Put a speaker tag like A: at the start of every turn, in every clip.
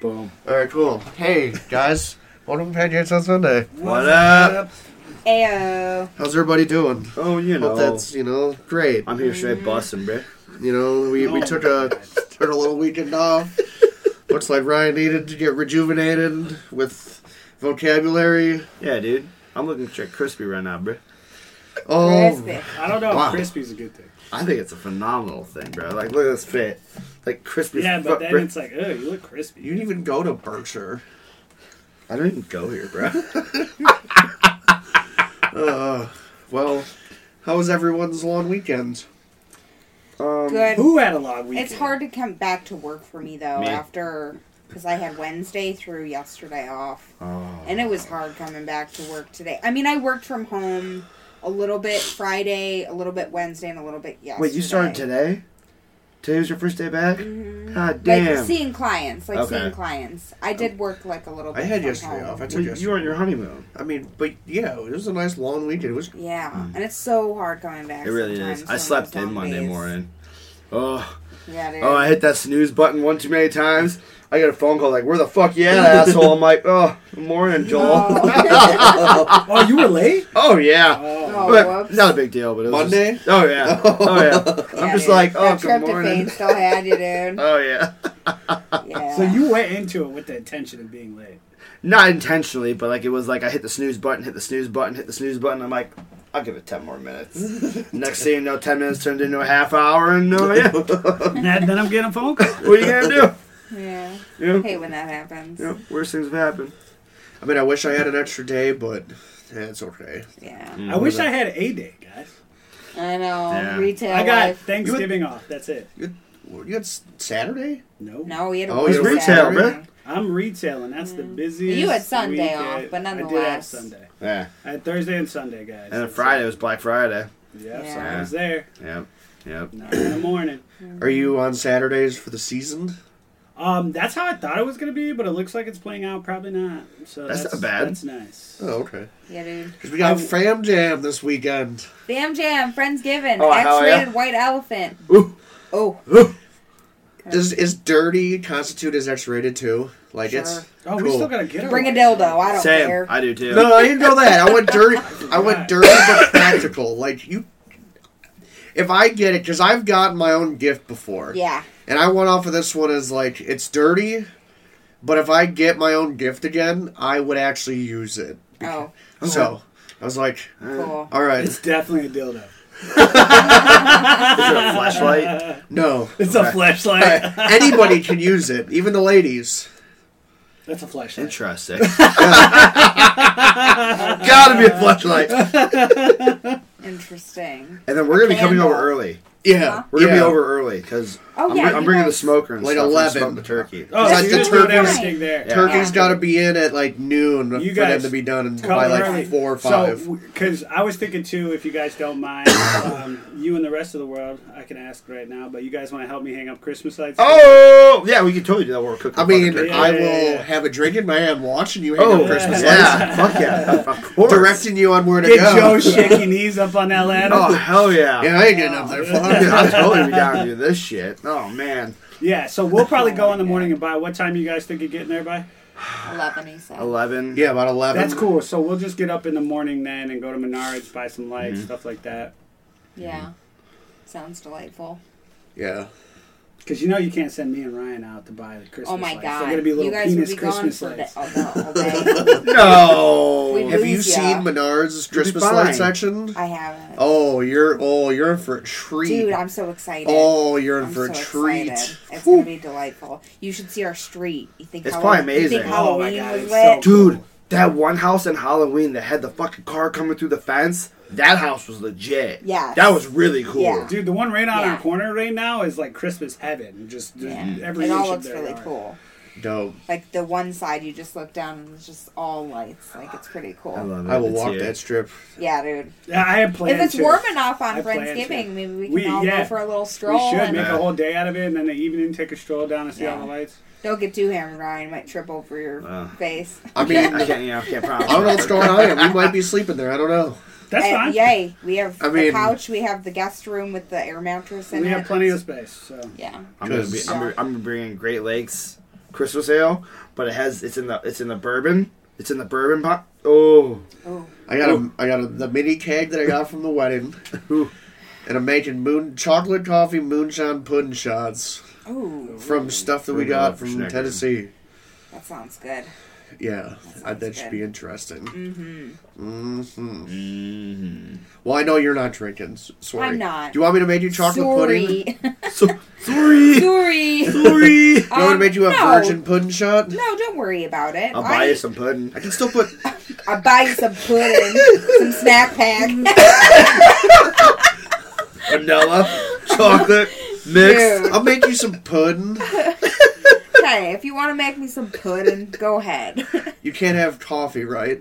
A: Boom.
B: All right, cool. Hey guys, welcome to Patriots on Sunday.
A: What up?
C: Ayo.
B: How's everybody doing?
A: Oh, you know.
B: Hope that's you know great.
A: I'm here straight busting, bro.
B: You know we, we took a took a little weekend off. Looks like Ryan needed to get rejuvenated with vocabulary.
A: Yeah, dude. I'm looking straight crispy right now, bro.
B: Oh,
C: Crispy.
D: I don't know
B: Wow.
D: if crispy's a good thing.
A: I think it's a phenomenal thing,
B: Uh,
A: bro. Like, look at this fit. Like, crispy.
D: Yeah,
A: fuck,
D: but then
A: bro.
D: it's like, oh, you look crispy.
B: you didn't even go to Berkshire.
A: I don't even go here, bro.
B: Well, how was everyone's long weekend?
A: Um,
C: Good.
D: Who had a long weekend?
C: It's hard to come back to work for me though
A: Me.
C: after because I had Wednesday through yesterday off,
A: oh.
C: and it was hard coming back to work today. I mean, I worked from home a little bit Friday, a little bit Wednesday, and a little bit yesterday.
A: Wait, you started today? Today was your first day back?
C: Mhm.
A: God
C: Like
A: damn.
C: seeing clients, like
A: Okay.
C: seeing clients. I did work like a little
B: I
C: bit.
B: had
C: from
B: yesterday
C: home.
B: off. I took
A: Well,
B: yesterday.
A: you were on your honeymoon.
B: I mean, but yeah, it was a nice long weekend. It was
C: Yeah, and it's so hard coming back.
A: Hmm. It really is.
C: sometimes
A: I
C: on
A: slept
C: those
A: in
C: long
A: Monday
C: days.
A: morning. Oh,
C: Yeah, dude.
A: oh, I hit that snooze button one too many times. I get a phone call like, "Where the fuck you at, asshole?" I'm like, "Oh, good morning, Joel."
D: Oh, you were late?
A: oh yeah.
D: Oh.
C: Oh,
A: But
C: whoops.
A: not a big deal, but it was
B: Monday?
A: just- oh yeah, oh yeah.
C: Yeah,
A: I'm just
C: dude.
A: like, oh,
C: That
A: good
C: tryptophan
A: morning.
C: still had you, dude.
A: Oh yeah,
C: Yeah.
D: So you went into it with the intention of being late.
A: not intentionally, but like it was like I hit the snooze button, hit the snooze button, hit the snooze button. I'm like, I'll give it ten more minutes. Next thing you know, ten minutes turned into a half hour, and oh yeah, what
D: And then I'm getting a phone call.
A: are you gonna do?
C: Yeah.
A: You know,
C: Hate when that happens.
A: you know, worst things have happened.
B: I mean, I wish I had an extra day, but that's okay.
C: Yeah.
D: I wish I had a day, guys.
C: I know.
A: Yeah.
C: Retail
D: I got
C: life.
D: Thanksgiving off. That's it.
B: You had s- Saturday?
D: No.
C: No, we had a
B: Oh, it's
C: work
A: retail,
C: Saturday.
A: bruh.
D: I'm retailing. That's the busiest.
C: Mm. You had Sunday
D: weekend.
C: off, but
D: I did have
C: nonetheless.
D: Sunday.
A: Yeah.
D: I had Thursday and Sunday, guys.
A: And then
D: That's
A: Friday
D: it.
A: was Black Friday.
D: Yeah, so
C: Yeah.
D: I was there.
A: Yep. Yep.
D: Nine in the morning.
B: Are you on Saturdays for the season?
D: Um, that's how I thought it was gonna be, but it looks like it's playing out. Probably not. So
A: That's
D: that's,
A: not bad.
D: That's nice.
B: Oh, okay.
C: Yeah, dude.
B: Because we got
D: I-
B: Fam Jam this weekend.
C: Bam Jam, Friendsgiving,
A: Oh, hell yeah.
C: X-rated White Elephant.
A: Ooh.
C: Oh,
B: Does is dirty constitute as X rated too? Like it's
D: Oh, we
B: Cool.
D: still gotta get her
C: bring a
D: one.
C: dildo. I don't
A: Same.
C: care.
A: I do too.
B: no, no, I didn't know that. I went dirty. I went dirty but practical. Like you, if I get it, because I've gotten my own gift before.
C: yeah.
B: And I went off of this one as like it's dirty, but if I get my own gift again, I would actually use it.
C: Oh,
B: So I was like,
C: cool.
B: all right,
D: It's definitely a dildo.
A: Is it a flashlight?
B: no,
D: It's a flashlight.
B: anybody can use it, even the ladies.
D: That's a flashlight.
A: Interesting. Gotta be a
C: Uh,
A: flashlight. And
C: Interesting.
A: then we're gonna be coming over
C: Candle.
A: early.
C: uh-huh.
B: Yeah,
A: We're gonna
B: yeah.
A: be over early because
C: Oh,
A: I'm,
C: yeah,
A: bring- I'm
C: you
A: bringing the
C: guys-
A: smoker and
B: Like
A: stuff. and
B: 11.
A: smoke the turkey.
D: Oh,
B: That's
D: so
B: the
D: you're doing
B: turkey.
D: everything there.
A: Yeah.
B: Turkey's
C: Yeah.
B: got to be in at like noon
D: You
B: for them
D: guys
B: to be done and
D: Come
B: by like
D: early.
B: four or five.
D: Because I was thinking too, if you guys don't mind, um, you and the rest of the world, I can ask right now, but you guys want to help me hang up Christmas lights?
A: Oh yeah, we can totally do that. while We're cooking.
B: I mean,
A: fucking turkey.
B: I
D: Yeah,
B: will
D: yeah, yeah.
B: have a drink in my hand, watching you hang
A: oh
B: up Christmas
A: yeah,
B: lights,
A: fuck yeah, of course.
B: directing you on where to
D: Get
B: go.
D: Joe shaky knees up on that ladder.
A: Oh hell yeah.
B: yeah, I ain't getting up there.
A: Dude,
B: Fuck.
A: I'm totally be down to do this shit. Oh man,
D: Oh, Yeah, so we'll probably go in the morning and buy. What time you guys think of getting there by?
C: Eleven, he said.
A: eleven.
B: yeah, about eleven.
D: That's cool. So we'll just get up in the morning then and go to Menards, buy some lights,
B: Mm-hmm.
D: stuff like that.
C: Yeah. Sounds delightful.
B: Yeah.
D: Because you know you can't send me and Ryan out to buy the Christmas
C: Oh my
D: lights.
C: god.
D: They're gonna be
C: you
D: little
C: guys
D: penis
C: would be
D: Christmas
C: gone for
D: lights.
C: the, oh. all the- all day.
A: No.
C: We-
B: Have you
C: Lose ya.
B: seen Menards Christmas
A: fine.
B: light section?
C: I haven't.
B: Oh, you're oh you're in for a treat.
C: Dude, I'm so excited.
B: oh, you're in
C: I'm
B: for
C: so
B: a treat.
C: excited. It's
B: Whew.
C: gonna be delightful. You should see our street. You think
A: It's
C: Halloween,
A: probably
C: You
A: amazing.
C: think
D: Oh my
C: Halloween
D: God,
C: was
D: it's
C: lit?
D: so-
A: Dude, that one house in Halloween that had the fucking car coming through the fence, that house was legit.
C: Yes.
A: That was really cool.
C: Yeah.
D: Dude, the one right out in
C: Yeah.
D: the corner right now is like Christmas heaven. Just just
C: yeah.
D: every
C: it all
D: inch of
C: looks
D: their
C: really
D: yard.
C: cool.
B: Dope.
C: Like the one side, you just look down and it's just all lights. Like it's pretty cool.
A: I love it.
B: I will
A: It's
B: walk
A: here.
B: that strip.
C: yeah, dude.
D: Yeah, I have plans.
C: if it's
D: too.
C: warm enough on
D: I plan
C: Friendsgiving,
D: to.
C: maybe we can
D: We-
C: all
D: yeah.
C: go for a little
D: we
C: stroll.
D: should
C: and
D: make a whole day out of it, and then the evening take a stroll down and see all
C: Yeah.
D: the lights.
C: Don't get too hammered, Ryan. You might trip over your
A: Uh.
C: face.
B: I mean,
A: I
B: I
A: can't, yeah, I can't promise.
B: don't know what's going on. here. We might be sleeping there. I don't know.
D: That's
C: Eh,
D: fine.
C: yay! We have
B: I
C: the
B: mean-
C: couch. We have the guest room with the air mattress in
D: We
C: it.
D: have plenty of space. So
C: Yeah.
A: I'm gonna, be, I'm, gonna- I'm gonna bring in Great Lakes Christmas ale, but it has it's in the it's in the bourbon. It's in the bourbon pot. Oh,
C: Oh,
B: I got a, I got a, the mini keg that I got from the wedding,
A: Ooh.
B: and I'm making moon chocolate coffee moonshine pudding shots
C: oh,
B: from stuff that we
A: Bring it
B: got
A: up,
B: from
A: Schnecken.
B: Tennessee.
C: that sounds good.
B: Yeah, I, that
C: sounds
B: should
C: good.
B: be interesting.
C: Mm-hmm.
B: hmm Well, I know you're not drinking. s- Sorry.
C: I'm not.
B: Do you want me to make you chocolate pudding?
C: Sorry.
A: so, sorry, sorry.
C: Sorry.
B: Do you want me
C: Um,
B: to make you a
C: no.
B: virgin pudding shot?
C: No, don't worry about it.
A: I'll buy you
C: I-
A: some pudding.
B: I can still put.
C: I'll buy you some pudding, some snack pack.
A: Vanilla, chocolate mix.
C: Dude.
B: I'll make you some pudding.
C: hey, if you want to make me some pudding, go ahead.
B: You can't have coffee, right?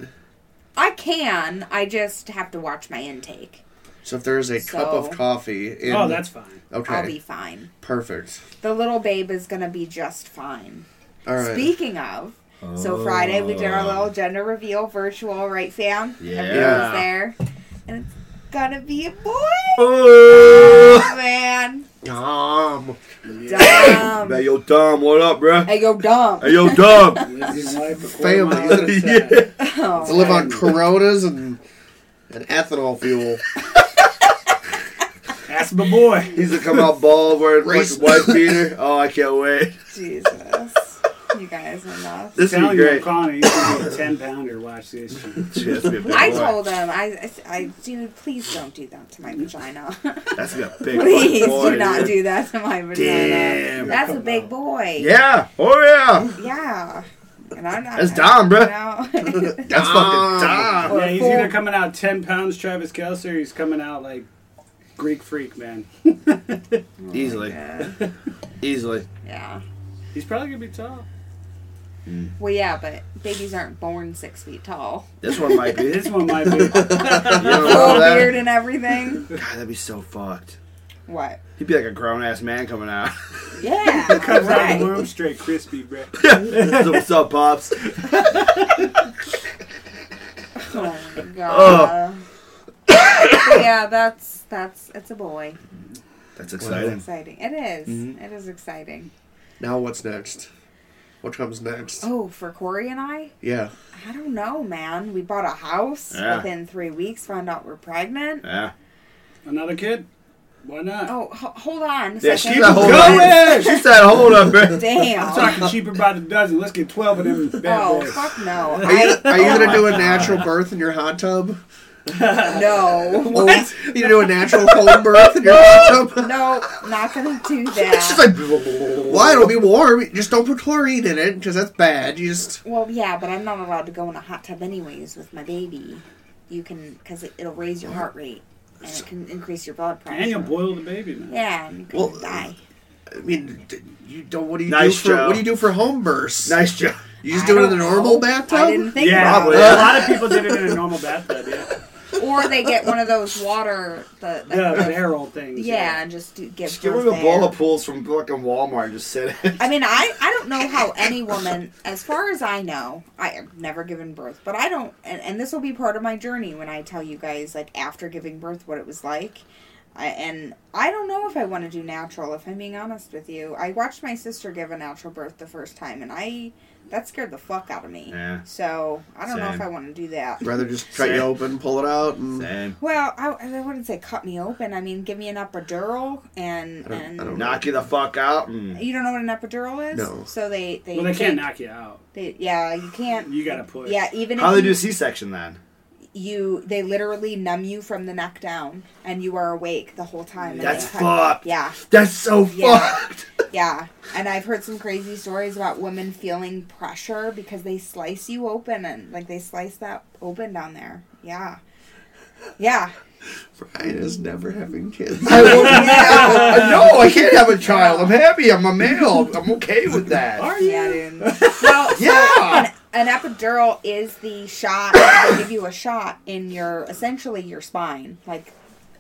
C: I can. I just have to watch my intake.
B: So if there is a cup of
C: So-
B: coffee in,
D: Oh, that's fine.
B: okay.
C: I'll be fine.
B: Perfect.
C: The little babe is gonna be just fine.
B: All right. Oh.
C: Speaking of, so Friday we did our little gender reveal virtual, right, Sam?
A: Oh, Yeah.
C: Everyone's there, and it's gonna be a boy.
A: Oh.
C: Man,
B: Yum.
A: Hey
C: dumb.
A: yo, Dom, what up, bruh?
C: Hey, yo, dumb.
A: Hey yo, Dom.
D: Lives your life a quarter
B: Family.
D: mile at a time.
A: Yeah.
C: Oh,
B: I live on Coronas and and ethanol fuel.
D: That's my boy.
A: He's gonna come out bald wearing like
B: Racist.
A: a white beater. Oh, I can't wait.
C: Jesus. You guys are nuts.
A: This would be
D: Telling you, I'm
A: great.
D: calling you. He's gonna be a ten pounder. Watch this. shit.
A: Shit, that's gonna be a big
C: I
A: boy.
C: told him, I, I, I- dude, please don't do that to my vagina.
A: That's gonna be a big
C: please
A: boy,
C: do not
A: dude.
C: do that to my vagina.
A: Damn.
C: That's a big boy.
A: Yeah. Oh yeah.
C: Yeah. And I'm not.
A: That's Dom, bruh.
C: No.
A: That's
B: Dom.
A: fucking Dom.
D: Yeah, he's
C: Four.
D: either coming out ten pounds, Travis Kelce, or he's coming out like Greek freak, man.
A: Easily. Easily.
C: yeah.
D: He's probably gonna be tall.
C: Well, yeah, but babies aren't born six feet tall.
A: This one might be. You
D: This one might be.
A: don't
C: Full
A: know
C: beard
A: Oh, that.
C: and everything.
A: God, that'd be so fucked.
C: What?
A: He'd be like a grown ass man coming out.
C: Yeah.
D: Comes out of the
C: right.
D: womb straight, crispy, bro.
A: So What's up, pops?
C: Oh my god. But yeah, that's that's it's a boy.
A: That's
C: It's
A: exciting.
C: exciting. It is.
A: Mhm.
C: It is exciting.
B: Now what's next? What comes next?
C: Oh, for Corey and I,
B: Yeah.
C: I don't know, man. We bought a house
A: Yeah.
C: within three weeks. Found out we're pregnant.
A: Yeah.
D: Another kid? Why not?
C: Oh, ho- hold on. a
A: Yeah,
C: second.
A: she's a hold up. She said, hold up, man.
D: I'm
C: Damn.
D: talking cheaper by the dozen. Let's get twelve of them bad
C: Oh
D: boys.
C: fuck no!
B: Are you,
C: I
B: are you
A: Oh
B: gonna
A: my
B: do a
A: God.
B: natural birth in your hot tub?
C: no
B: What? You gonna do a natural cold birth in your hot tub?
C: no not gonna do
B: She's
C: that.
B: like, why? It'll be warm. Just don't put chlorine in it because that's bad. You just
C: Well, yeah, but I'm not allowed to go in a hot tub anyways with my baby. You can because it, it'll raise your heart rate and it can increase your blood pressure.
D: And you'll boil the baby, man.
C: Yeah, and you can
B: Well,
C: die.
B: I mean, d- you don't. What do you
A: Nice
B: do for
A: job.
B: what do you do for home births?
A: Nice job.
B: You just
C: I
B: do it in
C: don't
B: the normal
C: know.
B: bathtub.
C: I didn't think
D: Yeah,
C: about
A: Probably.
D: a lot of people did it in a normal bathtub, yeah.
C: it. Or they get one of those water the, like
D: The
C: the-
D: barrel things.
C: yeah, and just do, give
A: Just give
C: birth
A: him a bowl
C: there.
A: of pools from fucking Walmart and just sit in.
C: I mean, I, I don't know how any woman, as far as I know, I have never given birth, but I don't, and, and this will be part of my journey when I tell you guys, like, after giving birth, what it was like. I, and I don't know if I want to do natural, if I'm being honest with you. I watched my sister give a natural birth the first time, and I, that scared the fuck out of me.
A: Yeah.
C: So, I don't know if
A: Same.
C: I want to do that.
B: Rather just cut you
A: Same.
B: open, pull it out, and
A: Same.
C: Well, I, I wouldn't say cut me open. I mean, give me an epidural and,
B: I don't-
C: and
B: I don't
A: Knock you the fuck out. And
C: you don't know what an epidural is.
B: No.
C: So they they
D: Well, they
C: take-
D: can't knock you out.
C: They, yeah, you can't.
D: You gotta push.
C: Yeah, even
A: how they
C: if
A: do
C: you,
A: a C-section then?
C: you, they literally numb you from the neck down, and you are awake the whole time. and
A: That's
C: they cut-
A: fucked.
C: Yeah,
A: That's so
C: Yeah.
A: fucked.
C: yeah, and I've heard some crazy stories about women feeling pressure because they slice you open and like they slice that open down there. Yeah, yeah.
B: Brian is never having kids.
A: I won't have- no, I can't have a child. I'm happy. I'm a male. I'm okay with that.
D: Are you?
C: Yeah, dude. Well,
A: Yeah.
C: an epidural is the shot they give you a shot in your essentially your spine, like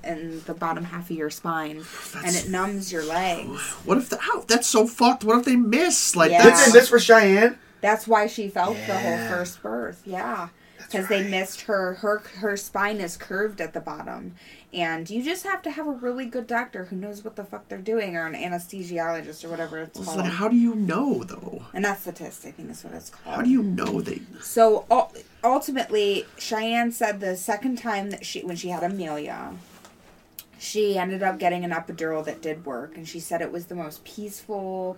C: in the bottom half of your spine, and it numbs your legs.
B: What if the, how, that's so fucked? What if they miss? Like
C: Yeah.
A: Didn't they
B: that's
A: miss for Cheyenne?
C: That's why she felt the whole first birth. Yeah. because they missed her her her spine is curved at the bottom, and you just have to have a really good doctor who knows what the fuck they're doing or an anesthesiologist or whatever it's
E: It's
C: called.
E: like, how do you know though?
C: Anesthetist, I think is what it's called.
E: How do you know they?
C: So ul- ultimately, Cheyenne said the second time that she, when she had Amelia, she ended up getting an epidural that did work, and she said it was the most peaceful,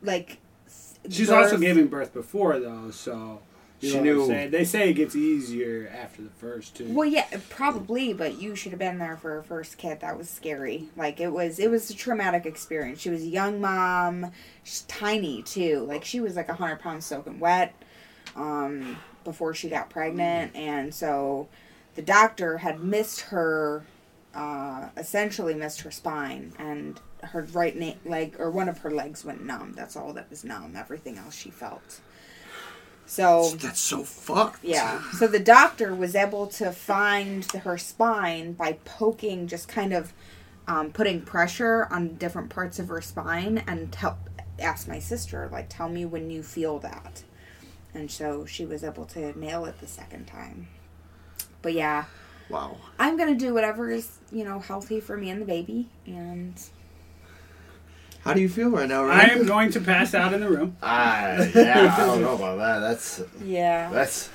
C: like. s-
D: She's
C: birth.
D: also giving birth before though, so you
E: She
D: know what
E: knew.
D: I'm saying? They say it gets easier after the first two.
C: Well, yeah, probably, but you should have been there for her first kid. That was scary. Like it was, it was a traumatic experience. She was a young mom. She's tiny too. Like she was like a hundred pounds soaking wet, um, before she got pregnant, and so the doctor had missed her, uh, essentially missed her spine and her right na- leg or one of her legs went numb. That's all that was numb. Everything else she felt. So
E: That's so fucked.
C: yeah. So the doctor was able to find her spine by poking, just kind of um, putting pressure on different parts of her spine, and tell asked my sister, like, tell me when you feel that. And so she was able to nail it the second time. But yeah,
E: Wow.
C: I'm gonna do whatever is you know healthy for me and the baby, and
E: How do you feel right now,
D: I
E: right?
D: am going to pass out in the room.
A: I, Ah, yeah, I don't know about that. That's
C: yeah.
A: that's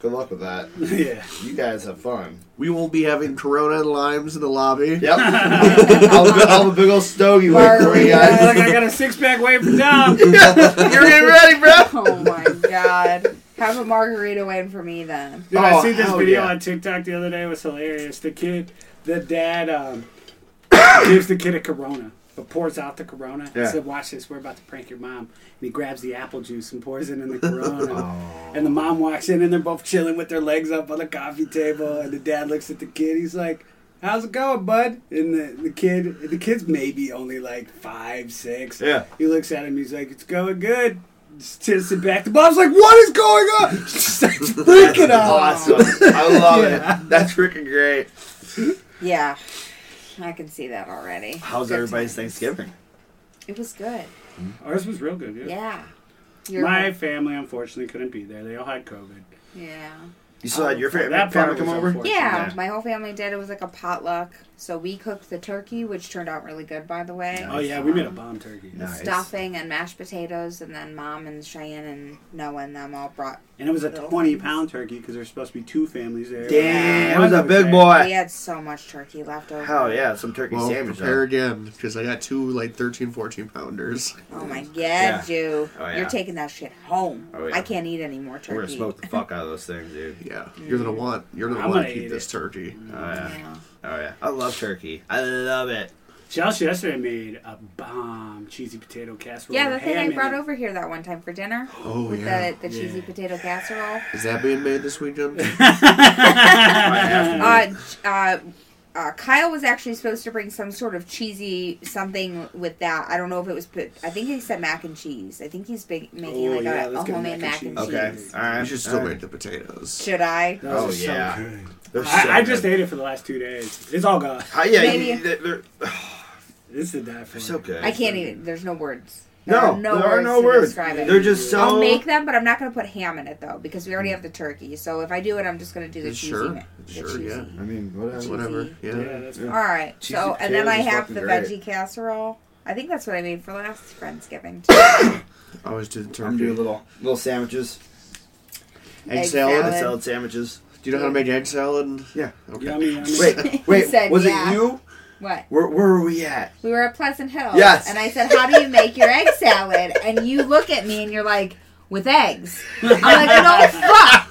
A: good luck with that.
D: yeah.
A: You guys have fun.
B: We will be having Corona and limes in the lobby.
A: Yep. I'll, I'll have a big old stogie waiting for you
D: I feel
A: guys.
D: like Uh, I got a six pack waiting for Tom.
A: You're getting ready, bro.
C: Oh my god. Have a margarita waiting for me then.
D: Dude, I
A: Oh,
D: see this
A: hell
D: video
A: yeah.
D: on TikTok the other day. It was hilarious. The kid, the dad um, gives the kid a Corona, but pours out the Corona. He
A: Yeah.
D: said, "Watch this. We're about to prank your mom." And he grabs the apple juice and pours it in the Corona.
A: Oh.
D: and the mom walks in, and they're both chilling with their legs up on the coffee table. And the dad looks at the kid. He's like. How's it going, bud? And the, the kid, the kid's maybe only like five, six.
A: Yeah.
D: He looks at him. He's like, "It's going good." Just tips it back. The mom's like, "What is going on?" She starts freaking out.
A: Awesome. I love it. That's freaking great.
C: Yeah. I can see that already.
A: How's
C: Good
A: everybody's
C: times.
A: Thanksgiving?
C: It was good.
D: Ours was real good, yeah.
C: Yeah.
D: My family unfortunately couldn't be there. They all had COVID.
C: yeah.
A: You still had your fa-
D: That part
A: family come
D: was
A: over?
D: unfortunate.
C: yeah,
A: Yeah.
C: my whole family did. It was like a potluck. So we cooked the turkey, which turned out really good, by the way.
D: Oh yeah, we made a bomb turkey,
A: Nice.
C: Stuffing and mashed potatoes, and then mom and Cheyenne and Noah and them all brought.
D: and it was a
C: Little
D: twenty
C: things.
D: pound turkey because there's supposed to be two families there.
A: Damn, it
D: One
A: was a big
D: there.
C: We
A: boy.
C: had so much turkey left over.
A: Hell yeah, some turkey
B: Well,
A: sandwich. though.
B: prepare again because I got two like 13, 14 pounders.
C: Oh my god,
A: Yeah.
C: you!
A: Oh, yeah.
C: You're taking that shit home.
A: Oh, yeah.
C: I can't eat any more turkey.
A: We're gonna smoke the fuck out of those things, dude.
B: Yeah, you're
C: Mm.
B: gonna want you're gonna
D: I'm
B: want
D: gonna
B: to
D: eat
B: keep this
D: it.
B: turkey.
A: Oh yeah,
C: Yeah.
A: oh yeah. I love turkey. I love it.
D: Chelsea yesterday made a bomb cheesy potato casserole.
C: Yeah, the
D: with
C: thing
D: ham
C: I
D: in
C: brought
D: it.
C: over here that one time for dinner
B: Oh
C: with
B: yeah,
C: the, the cheesy
D: Yeah.
C: potato casserole.
B: is that being made this weekend?
A: Might have to.
B: Mm.
C: uh, uh, uh, Kyle was actually supposed to bring some sort of cheesy something with that. I don't know if it was, put, I think he said mac and cheese. I think he's big, making
D: Oh,
C: like
D: yeah,
C: a,
D: let's
C: a
D: get
C: homemade mac and cheese.
A: okay, all right.
B: you should still
A: all
B: make the potatoes.
C: Should I?
D: That was
A: Oh,
D: so
A: yeah.
D: good.
A: They're so
D: I, I just
A: good.
D: ate it for the last two days. It's all gone.
A: Hi- yeah,
C: Maybe-
A: you- they're, they're
D: It's the die for.
A: so good.
C: I can't even. There's no words. There
A: No,
C: are no
A: there are
C: words
A: no
C: to
A: words.
C: describe it.
A: They're just so.
C: I'll make them, but I'm not going to put ham in it though because we already have the turkey. So if I do it, I'm just going to do the cheesy.
B: Sure,
C: ma- the
B: sure,
C: cheesy.
B: yeah.
A: I mean, whatever.
B: Whatever. Yeah.
D: Yeah, that's
A: Yeah.
C: All right.
A: Cheesy
C: so and then I
A: potatoes is
C: have
A: fucking
C: the
A: great.
C: veggie casserole. I think that's what I made for last Friendsgiving. too.
B: I always do the
A: I'm
B: turkey.
A: doing little little sandwiches,
B: egg,
C: Egg
B: salad.
C: salad.
A: salad sandwiches.
B: Do you know how to make egg salad?
A: Yeah.
B: Okay.
D: Yummy, yummy.
A: Wait,
C: He
A: wait.
C: said,
A: was
C: yeah.
A: it you?
C: what?
A: Where where were we at?
C: We were at Pleasant Hill.
A: Yes.
C: And I said, How do you make your egg salad? And you look at me and you're like, With eggs. I'm like, No, fuck.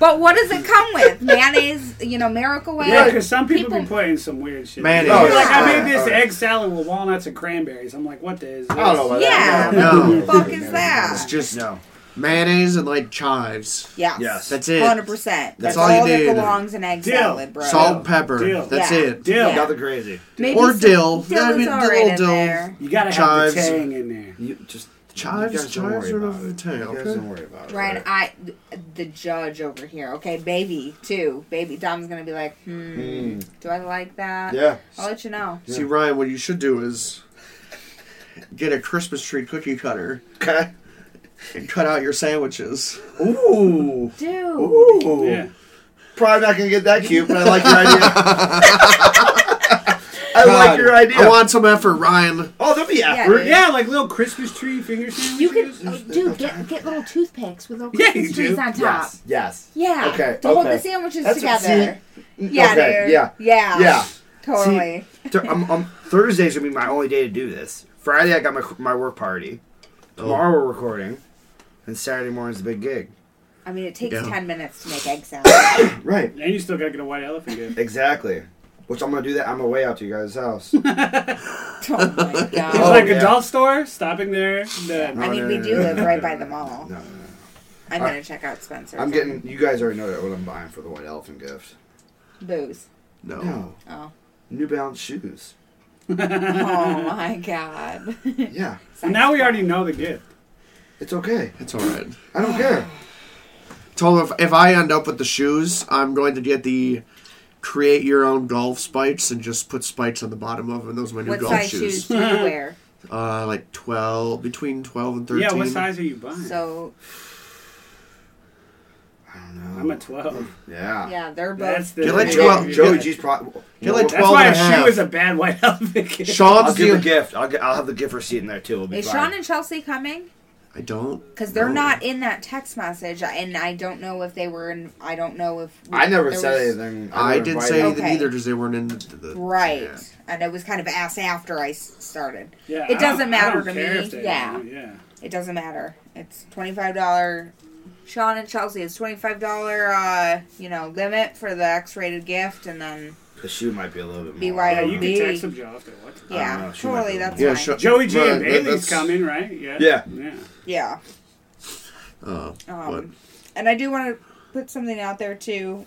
C: But what does it come with? Mayonnaise, you know, Miracle Way?
D: Yeah, because some people, be
C: People-
D: putting some weird shit.
B: Mayonnaise.
D: They're like I
A: Yeah.
D: made this
A: Alright.
D: egg salad with walnuts and cranberries. I'm like, what the is this?
A: I don't know. About
C: Yeah,
A: That.
B: what
A: No.
B: the
C: fuck is that?
B: It's just
A: No.
B: mayonnaise and like chives.
C: Yes.
A: Yes.
B: That's it.
C: 100%. That's,
B: all
C: all,
B: you
C: that
B: need.
C: belongs in egg
D: Dill.
C: salad, bro.
B: Salt, pepper.
D: Deal.
B: That's
C: Yeah.
B: it.
D: Dill.
C: Yeah.
A: Nothing crazy.
C: Maybe
B: or
C: some-
B: dill.
C: Dill
B: I
C: is
B: mean,
C: all
B: dill,
C: right in
B: dill.
C: there.
D: You gotta have
B: Chives.
D: the tang in there.
A: You just
B: Chives-
A: You guys don't
B: chives
A: worry
B: are
A: about
B: over the
A: it.
B: tail,
A: You guys
B: okay?
A: don't worry about it.
C: Ryan,
A: right?
C: I, the judge over here, okay, baby, too. Baby, Dom's gonna be like, hmm, do I like that?
A: Yeah.
C: I'll let you know.
B: See, Ryan, what you should do is get a Christmas tree cookie cutter
A: Okay.
B: and cut out your sandwiches.
D: Ooh.
C: Dude.
B: Ooh.
D: Yeah.
A: Probably not gonna get that cute, but I like your idea. I like your idea.
B: I want some effort, Ryan.
A: oh, there'll be
C: Yeah.
A: effort.
D: Yeah, like little Christmas tree finger
C: You
D: sandwiches.
C: can, oh, dude, get get little toothpicks with little
D: Yeah, you
C: Christmas trees
D: do.
C: on top.
A: Yes. Yes.
C: Yeah.
A: Okay,
C: To hold
A: okay.
C: the sandwiches
A: That's what-
C: together.
A: Mm,
C: yeah,
A: okay,
C: dude.
A: Yeah.
C: Yeah.
A: Yeah.
C: Totally.
A: Th- I'm, I'm, Thursday's gonna be my only day to do this. Friday I got my my work party. Tomorrow we're recording, and Saturday morning's the big gig.
C: I mean, it takes
B: Yeah.
C: 10 minutes to make egg salad.
A: Right.
D: and you still gotta get a white elephant gift.
A: Exactly. Which I'm gonna do that on my way out to your guys' house.
C: oh my
D: It's
A: Oh,
C: god.
D: like
A: yeah.
D: a doll store, stopping there. Then
C: I mean,
A: no,
C: we
A: no,
C: do
A: no,
C: live
A: no,
C: right
A: no,
C: by
A: no,
C: the mall.
A: No, no, no.
C: I'm
A: I-
C: going to check out Spencer's.
A: I'm getting. You guys already know that what I'm buying for the white elephant gift.
C: booze.
E: No.
A: No,
C: Oh.
A: New Balance shoes.
C: oh my god.
A: Yeah,
D: and now we already know the gift.
A: it's okay.
B: It's all right.
A: I don't care.
B: Told him if, if I end up with the shoes, I'm going to get the create your own golf spikes and just put spikes on the bottom of them. Those are my new
C: what
B: golf
C: size
B: shoes.
C: shoes do you wear?
B: Uh, like twelve, between twelve and thirteen.
D: Yeah, what size are you buying?
C: So,
A: I don't know.
D: I'm a 12.
A: yeah.
C: yeah, they're
D: That's
C: both.
D: the.
B: Get like
A: Hey,
B: 12.
A: Joey
B: Yeah.
A: G's probably.
B: Get like
D: That's
B: 12
D: why
B: and
D: a
B: a
D: shoe
B: half.
D: is a bad white elephant gift.
A: I'll
B: Sean's
A: give a
B: the.
A: gift. I'll, get, I'll have the gift receipt in there too. It'll be
C: Is
A: fine.
C: Sean and Chelsea coming?
B: I don't.
C: Because they're
B: know.
C: not in that text message, and I don't know if they were in. I don't know if. we-
A: I never
C: there
A: said
C: was-
A: anything.
B: I
A: never
B: didn't
A: invited
B: say
A: him.
B: anything
C: Okay.
B: either because they weren't in the. the
C: Right.
B: yeah.
C: And it was kind of asked after I s- started.
D: Yeah,
C: It
D: I
C: doesn't
D: don't- I
C: matter
D: don't
C: to
D: care
C: me.
D: if they-
C: Yeah.
D: yeah.
C: It doesn't matter. It's $25. Sean and Chelsea, it's $25, uh, you know, limit for the X-rated gift, and then,
A: The shoe might be a little bit more.
C: BYOB.
D: Yeah, you
C: Me.
D: can text them, Joe, if they want to.
C: yeah,
A: know, she might
C: totally,
A: be
C: that's
B: Yeah,
C: fine.
B: sure.
D: Joey G
B: Right,
D: and
B: that-
D: Bailey's
B: that's-
D: coming, right? Yeah.
A: Yeah.
D: Yeah.
C: Yeah.
B: Uh,
C: Um,
B: What?
C: And I do want to put something out there too,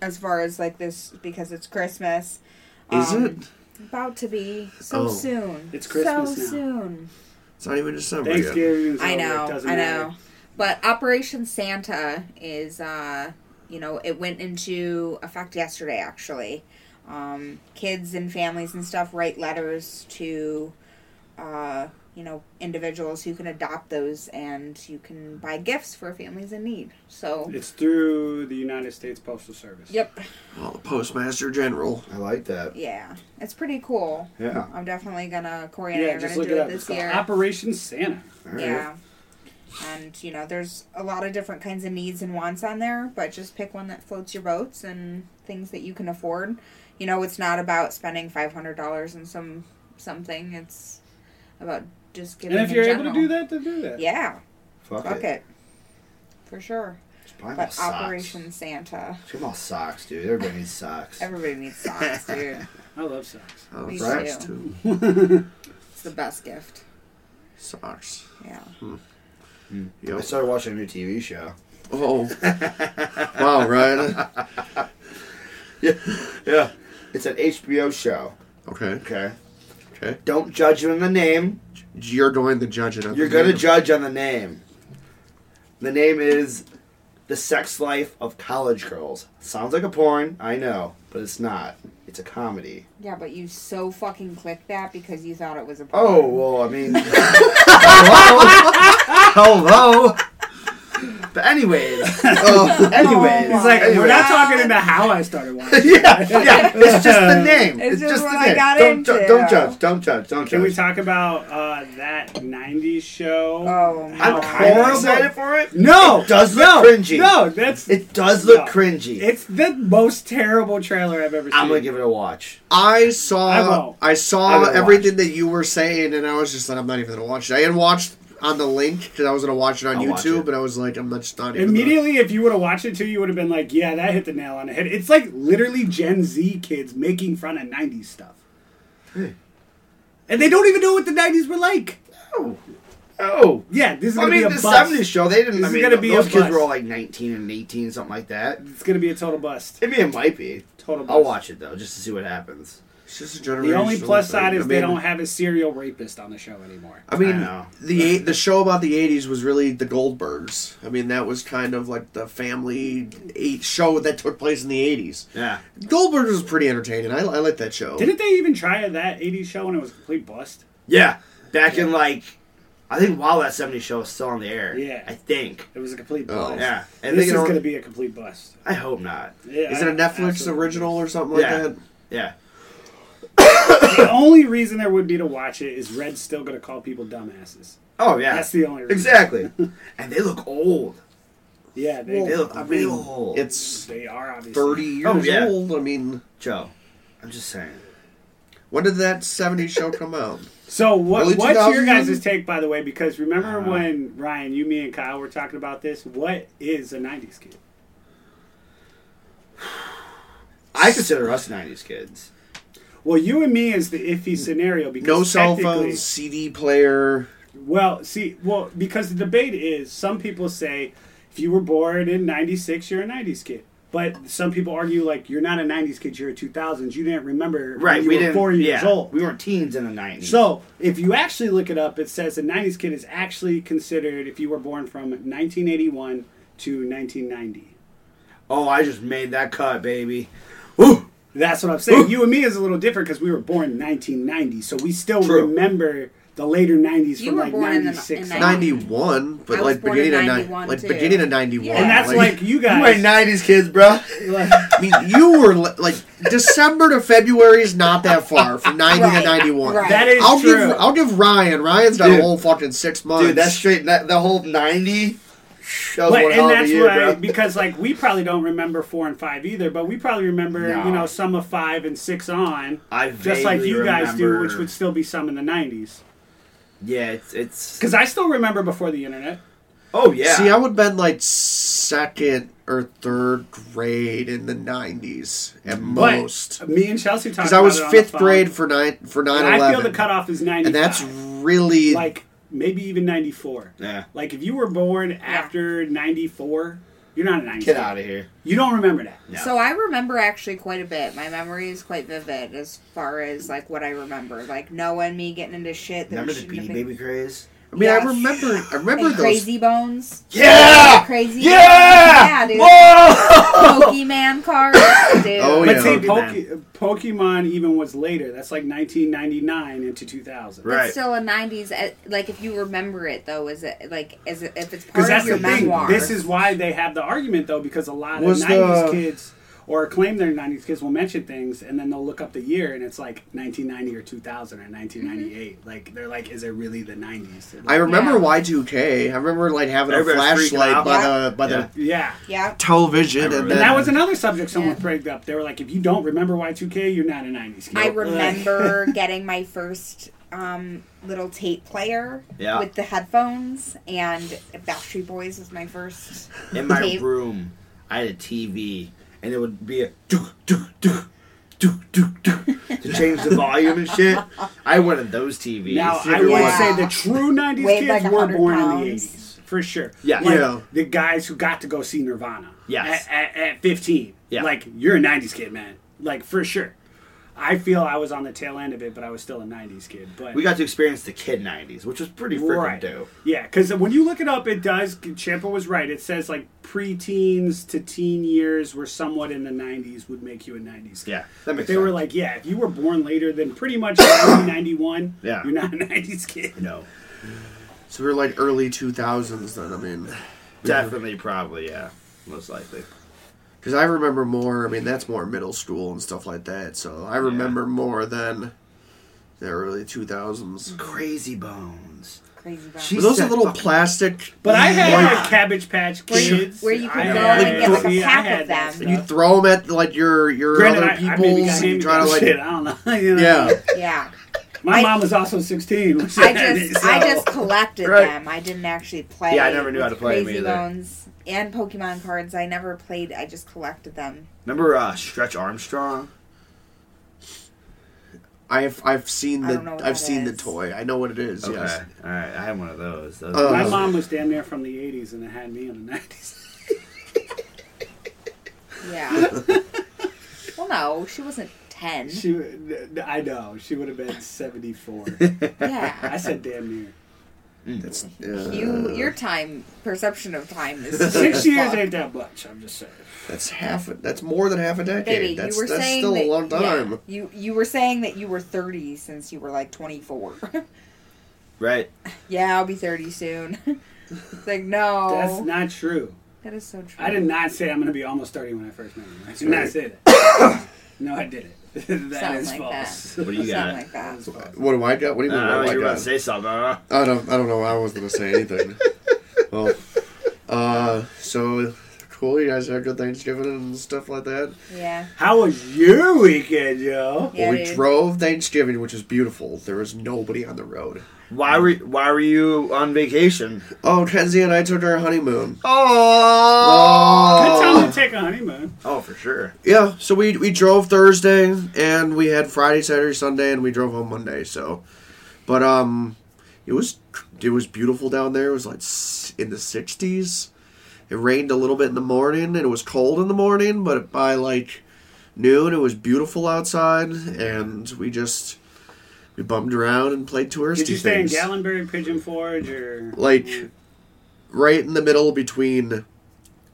C: as far as like this because it's Christmas.
B: is
C: Um,
B: it?
C: about to be so
B: Oh.
C: soon?
D: It's Christmas
C: so
D: now.
C: soon.
B: It's not even December yet.
D: Thanksgiving.
C: I know,
D: It doesn't
C: I
D: matter.
C: know. But Operation Santa is, uh, you know, it went into effect yesterday actually. Um, kids and families and stuff write letters to, uh, you know, individuals who can adopt those and you can buy gifts for families in need. So,
D: It's through the United States Postal Service.
C: yep.
B: Well, the Postmaster General.
A: I like that.
C: Yeah. It's pretty cool.
A: Yeah.
C: I'm definitely gonna, Corey and I
D: Yeah,
C: are
D: just
C: gonna
D: look
C: do
D: it
C: it,
D: up.
C: this
D: It's called
C: year.
D: Operation Santa.
A: All right.
C: Yeah. And you know, there's a lot of different kinds of needs and wants on there, but just pick one that floats your boats and things that you can afford. You know, it's not about spending five hundred dollars on some something. It's about just giving.
D: And if you're
C: in
D: able to
C: general.
D: do that, then do that.
C: yeah,
A: Fuck,
C: fuck
A: it.
C: it, for sure.
A: Just buy them all
C: But
A: socks.
C: Operation Santa,
A: Just give them all socks, dude. Everybody needs socks.
C: everybody needs socks, dude.
D: I love socks.
B: Oh,
C: Me
B: socks
C: too.
B: too.
C: It's the best gift.
B: Socks.
C: Yeah.
A: I
B: Yep.
A: started watching a new TV show.
B: Oh. wow, Ryan.
A: Yeah. It's an HBO show.
B: Okay.
A: Okay.
B: Okay.
A: Don't judge on the name.
B: You're going to judge it. on
A: You're
B: the
A: gonna
B: name.
A: judge on the name. The name is The Sex Life of College Girls. Sounds like a porn, I know, but it's not. It's a comedy.
C: Yeah, but you so fucking clicked that because you thought it was a. porn.
A: Oh well, I mean, hello, hello. But anyways, uh,
B: Oh.
A: anyways,
C: my
D: It's like,
A: anyways.
D: we're not talking into how I started watching.
A: yeah, yeah. It's just the name.
C: It's
A: It's,
C: just
A: just,
C: what
A: the
C: I
A: name.
C: got
A: don't, ju-
C: into.
A: don't judge. Don't judge. Don't
D: Can we
A: judge.
D: talk about uh, that 90s show?
C: Oh,
A: I'm
C: my
D: How
A: kind of
D: horrible.
A: excited for it.
D: No!
A: It does look
D: no,
A: cringy.
D: No, that's.
A: It does look
D: No.
A: cringy.
D: It's the most terrible trailer I've ever seen.
A: I'm gonna give it a watch.
B: I
D: I
B: saw.
D: won't.
B: I,
A: I
B: saw
A: won't
B: everything that you were saying, and I was just like, I'm not even gonna watch it. I had watched on the link because I was gonna watch it on
A: I'll watch
B: YouTube,
A: it.
B: but I was like, I'm not just not even. gonna-
D: Immediately, if you would have watched it too, you would have been like, "Yeah, that hit the nail on the head." It's like literally Gen Z kids making fun of '90s stuff, and they don't even know what the '90s were like.
A: Oh.
D: Yeah, this is
A: I
D: gonna
A: mean,
D: be
A: the
D: a bust.
A: '70s show. They didn't.
D: This
A: I
D: is
A: mean,
D: gonna be
A: those
D: a
A: kids
D: bust.
A: were all like 19 and 18, something like that.
D: It's gonna be a total bust.
A: Maybe it might be.
D: Total bust.
A: I'll watch it though, just to see what happens.
B: It's just a generation.
D: The only plus
B: thing.
D: side
B: I
D: is they
B: mean-
D: don't have a serial rapist on the show anymore.
B: I mean,
A: know.
B: the eight, the show about the '80s was really the Goldbergs. I mean, that was kind of like the family eight show that took place in the '80s.
A: Yeah.
B: Goldbergs was pretty entertaining. I, I like that show.
D: Didn't they even try that '80s show and it was a complete bust?
A: Yeah. Back in like, I I think Wild at 70 show is still on the air.
D: Yeah.
A: I think.
D: It was a complete
B: Oh.
D: bust.
A: Yeah. And they
D: this is
A: can only-
D: going to be a complete bust.
A: I hope not.
D: Yeah,
B: Is it a
D: I-
B: Netflix
D: absolutely.
B: original or something
A: Yeah.
B: like that?
A: Yeah.
D: the only reason there would be to watch it is Red's still going to call people dumbasses.
A: Oh, yeah.
D: That's the only reason.
A: Exactly. and they look old.
D: Yeah, they,
A: They look
B: I mean,
A: real old.
B: It's
D: they are obviously.
B: thirty years
A: Oh, yeah.
B: old. I mean,
A: Joe, I'm just saying.
B: when did that '70s show come out?
D: So what?
B: Early
D: What's your
B: 2000s?
D: guys' take, by the way? Because remember
A: Uh-huh.
D: when Ryan, you, me, and Kyle were talking about this? What is a '90s kid?
A: I consider us 90s kids.
D: Well, you and me is the iffy scenario because
B: No cell
D: technically-
B: phones, CD player.
D: Well, see, well, because the debate is some people say if you were born in 96, you're a 90s kid. But some people argue like you're not a 90s kid, you're a 2000s. You didn't remember
A: Right.
D: when you
A: we
D: were
A: didn't.
D: four years
A: yeah,
D: old.
A: We weren't teens in the 90s.
D: So if you actually look it up, it says a 90s kid is actually considered if you were born from 1981 to 1990.
A: oh, I just made that cut, baby. Woo!
D: That's what I'm saying. you and me is a little different because we were born in 1990, so we still
A: True.
D: remember the later 90s
C: You
D: from
C: were
D: like
C: born in the-
D: 96.
C: in
D: on.
B: 91, but
C: I was
B: like
C: born in
B: beginning of
C: 91
B: 91 like
C: too.
B: beginning of 91.
C: Yeah.
D: and that's like, you
A: You ain't
D: guys.
A: 90s kids, bro.
B: I mean, you were li- like December to February is not that far from 90
C: Right,
B: to 91.
C: right.
D: That is
B: I'll
D: true.
B: give I'll give Ryan. Ryan's got
A: Dude.
B: a whole fucking six months.
A: Dude, that's straight. That, the whole 90. That was
D: But,
A: one
D: and
A: hell of a
D: that's
A: year,
D: why,
A: bro.
D: because like we probably don't remember four and five either, but we probably remember
A: No.
D: you know some of five and six on,
A: I
D: just like
A: vaguely
D: you guys do,
A: remember-
D: which would still be some in the nineties.
A: Yeah, it's. it's
D: Because I still remember before the internet.
A: oh, yeah.
B: See, I would have been like second or third grade in the 90s at
D: But
B: most.
D: me and Chelsea talked
B: Because I
D: about
B: was
D: it on the
B: fifth
D: phone,
B: grade for nine for 9
D: and
B: 11.
D: I feel the cutoff is ninety,
B: and that's really
D: like maybe even ninety four.
A: yeah.
D: Like if you were born after ninety four, you're not a ninety.
A: Get out of here.
D: You don't remember that.
A: No.
C: So I remember actually quite a bit. My memory is quite vivid as far as like what I remember, like Noah and me getting into shit. That
A: Remember
C: we
A: the
C: shouldn't
A: Beanie
C: have been-
A: Baby craze?
B: I mean,
C: yeah.
B: I remember I remember
C: And
B: those
C: Crazy Bones.
A: Yeah!
C: Crazy.
A: Yeah!
C: Yeah, dude.
A: Whoa!
C: Pokemon cards, dude.
B: Oh,
D: But
B: yeah.
D: say
A: Pokemon.
D: Poke- Pokemon even was later. That's like 1999 into 2000.
A: Right.
C: It's still a '90s. uh, Like if you remember it though, is it like is it, if it's part
D: Because that's
C: of your
D: the thing.
C: memoir?
D: This is why they have the argument, though, because a lot
B: Was
D: of 90s
B: the-
D: kids or claim they're 90s kids will mention things and then they'll look up the year and it's like 1990 or 2000 or 1998.
C: Mm-hmm.
D: Like, they're like, is it really the 90s?
B: I remember
C: Yeah.
B: Y2K. I remember like having a
A: Everybody freaking out.
B: flashlight by the by
A: Yeah.
B: the
D: yeah.
C: yeah.
B: television,
A: I
B: and
A: remember
B: then
D: And that was another subject someone
C: Yeah.
D: brought up. They were like, if you don't remember Y2K, you're not a 90s kid.
C: I remember getting my first um, little tape player
A: Yeah.
C: with the headphones, and Backstreet Boys was my first.
A: In my
C: Tape.
A: room, I had a TV, and it would be a do do do do do do to change the volume and shit. I wanted those TVs.
D: Now I
B: Yeah.
D: would say the true '90s
C: Weighed
D: kids
C: like
D: were
C: 100
D: born in the
C: pounds.
D: '80s for sure.
A: Yeah.
D: like
B: Yeah.
D: the guys who got to go see Nirvana.
A: Yes.
D: at, at, at 15.
A: Yeah.
D: like you're a '90s kid, man. Like for sure. I feel I was on the tail end of it, but I was still a '90s kid. But
A: we got to experience the kid '90s, which was pretty freaking
D: right.
A: dope.
D: Yeah, because when you look it up, it does. Champa was right. It says like pre-teens to teen years were somewhat in the '90s would make you a '90s. kid.
A: Yeah, that makes
D: They
A: sense.
D: were like, yeah, if you were born later than pretty much 1991,
A: Yeah.
D: you're not a 90s kid.
A: no,
B: so we were like early two thousands. Then I mean,
A: definitely, probably, yeah, most likely.
B: because I remember more. I mean, that's more middle school and stuff like that. So I remember more than the early two
D: Mm.
B: thousands.
A: Crazy Bones.
C: Crazy Bones.
A: She-
B: Were those
A: That
B: the little
A: fucking-
B: plastic?
D: But I had
B: Like,
D: like, Cabbage Patch
C: Where you-
D: Kids.
C: where you could
D: I
C: go
D: had-
B: and get, like,
C: a
D: See, I
C: pack
D: had
C: of
D: that
C: them.
D: stuff.
B: and you throw them at like your your
D: Granted,
B: other
D: I- I maybe
B: people's
D: got
B: and you
D: hand-me-down
B: try to like
D: shit, I don't know. you know?
B: yeah.
C: yeah.
D: my
C: I-
D: mom was also sixteen. When she
C: I
D: had it,
C: just I
D: so-
C: just collected
A: Right.
C: them. I didn't actually play.
A: Yeah, I never knew how
C: with
A: to play 'em
C: Crazy
A: either.
C: Bones and Pokemon cards. I never played. I just collected them.
A: Remember uh, Stretch Armstrong?
B: I've I've seen
C: I
B: the
C: don't know what
B: I've
C: that
B: seen the
C: is.
B: toy. I know what it is.
A: Okay,
B: Yes.
A: all right, I had one of those. Those-
B: Uh,
D: My mom was damn near from the eighties, and it had me in the nineties.
C: Yeah. well, no, she wasn't ten.
D: She, w- I know, she would have been seventy four. I
C: yeah.
D: said damn near.
B: That's, uh,
C: You your time perception of time is
D: Six
C: fucked.
D: years ain't that much. I'm just saying.
B: That's half. a- That's more than half a decade.
C: Baby,
B: that's
C: you were
B: that's
C: saying
B: still
C: that,
B: a long
C: yeah,
B: time.
C: you you were saying that you were thirty since you were like twenty four.
A: Right.
C: Yeah, I'll be 30 soon. it's like, no.
D: That's not true.
C: that is so true.
D: I did not say I'm going to be almost 30 when I first met you. I did not say that. no, I didn't. that
C: Something
D: is
C: like
D: false.
A: What do you
C: Something
A: got?
C: like that.
B: What do I got? What do you
A: Uh,
B: mean?
A: I
B: what
A: know
B: do I
A: you were about
B: got?
A: to say something. huh?
B: I don't. I don't know. I wasn't gonna say anything. well, uh, so cool. You guys had good Thanksgiving and stuff like that.
C: Yeah.
D: How was your weekend, yo?
C: Yeah,
B: well, we
C: dude.
B: drove Thanksgiving, which is beautiful. There was nobody on the road.
A: Why were Why were you on vacation?
B: Oh, Kenzie and I took our honeymoon.
A: Oh.
B: Oh!
D: Good time to take a honeymoon.
A: Oh, for sure.
B: Yeah, so we we drove Thursday and we had Friday, Saturday, Sunday, and we drove home Monday. So, but um, it was it was beautiful down there. It was like s- in the sixties. It rained a little bit in the morning, and it was cold in the morning. But by like noon, it was beautiful outside, and we just we bummed around and played touristy
D: Did you stay in
B: things.
D: Gallenberg, Pigeon Forge, or
B: like right in the middle between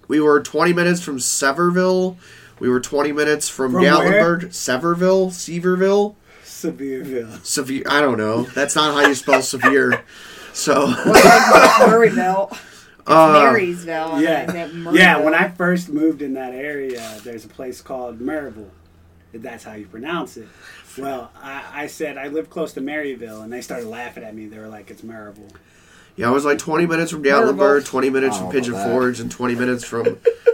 B: we were 20 minutes from Severville we were 20 minutes from,
D: From
B: Gatlinburg Severville Severville
D: Sevierville?
B: severe I don't know that's not how you spell severe so
C: Murrayville.
B: Uh,
C: Marysville. and
D: Yeah,
C: I said
D: yeah.
C: Murrayville.
D: When I first moved in that area, there's a place called Maryville. That's how you pronounce it. Well, I, I said I live close to Maryville, and they started laughing at me. They were like, "It's Maryville."
B: yeah I was like 20 minutes from Gatlinburg 20 minutes
A: Oh,
B: from Pigeon
A: that.
B: Forge and 20 minutes from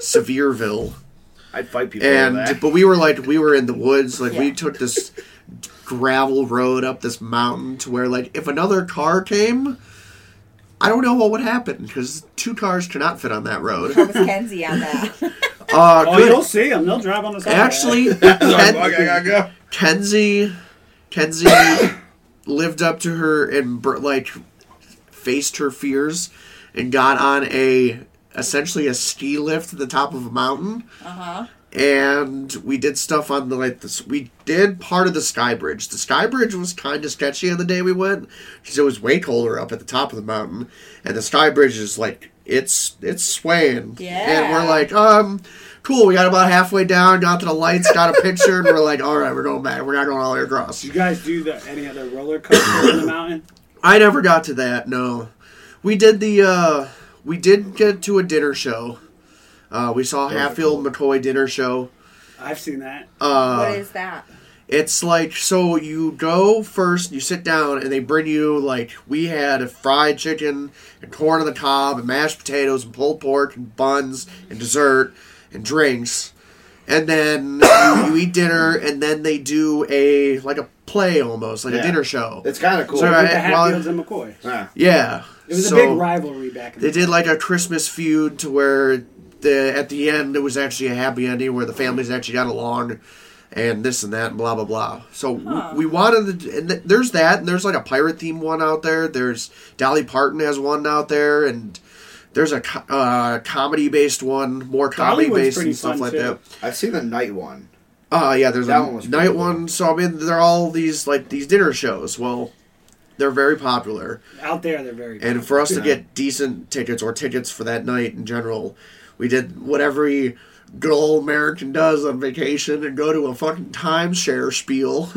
B: Sevierville
A: I'd fight people. over
B: and
A: that.
B: but we were like we were in the woods like we
C: Yeah.
B: took this gravel road up this mountain to where like if another car came i don't know what would happen because two cars cannot fit on that road
C: How was Kenzie on that?
B: uh
D: Oh,
B: good-
D: you'll see them. They'll drive on the side.
B: actually
A: Sorry,
B: Ken-
A: fuck, I gotta go.
B: kenzie kenzie lived up to her and br- like faced her fears and got on a essentially a ski lift at the top of a mountain
C: Uh-huh.
B: and we did stuff on the like this we did part of the sky bridge the sky bridge was kind of sketchy on the day we went because it was way colder up at the top of the mountain and the sky bridge is like it's it's swaying and we're
C: Yeah.
B: like um cool we got about halfway down got to the lights got a picture and we're like all right we're going back we're not going all the way across
D: Did you guys do the any other roller coaster in the mountain?
B: i never got to that no we did the uh we did get to a dinner show uh we saw hatfield mccoy dinner show
D: I've seen that.
B: uh
C: what is that?
B: It's like so you go first, you sit down, and they bring you like we had a fried chicken and corn on the cob and mashed potatoes and pulled pork and buns and dessert and drinks, and then you, you eat dinner, and then they do a like a play almost like a
A: Yeah.
B: dinner show.
A: It's kind of cool.
B: Sorry,
D: With the
B: I- well,
D: Hatfields and McCoy.
A: Yeah.
B: yeah,
D: It was
B: so
D: a big rivalry back in
B: they
D: the
B: did like a Christmas feud to where the at the end it was actually a happy ending where the families actually got along and this and that and blah blah blah. So
C: Huh.
B: we, we wanted to, and th- there's that and there's like a pirate theme one out there. There's Dolly Parton has one out there and there's a co- uh, comedy based one, more comedy
D: Dollywood's
B: based
D: pretty
B: and stuff
D: fun,
B: like
D: too.
B: that.
A: I've seen the night one.
B: Uh yeah, there's
A: That
B: a
A: one was pretty
B: night
A: cool.
B: one. So I mean, they're all these like these dinner shows. Well, they're very popular.
D: out there. They're very
B: And for us to get decent tickets or tickets for that night in general, we did what every good old American does on vacation and go to a fucking timeshare spiel.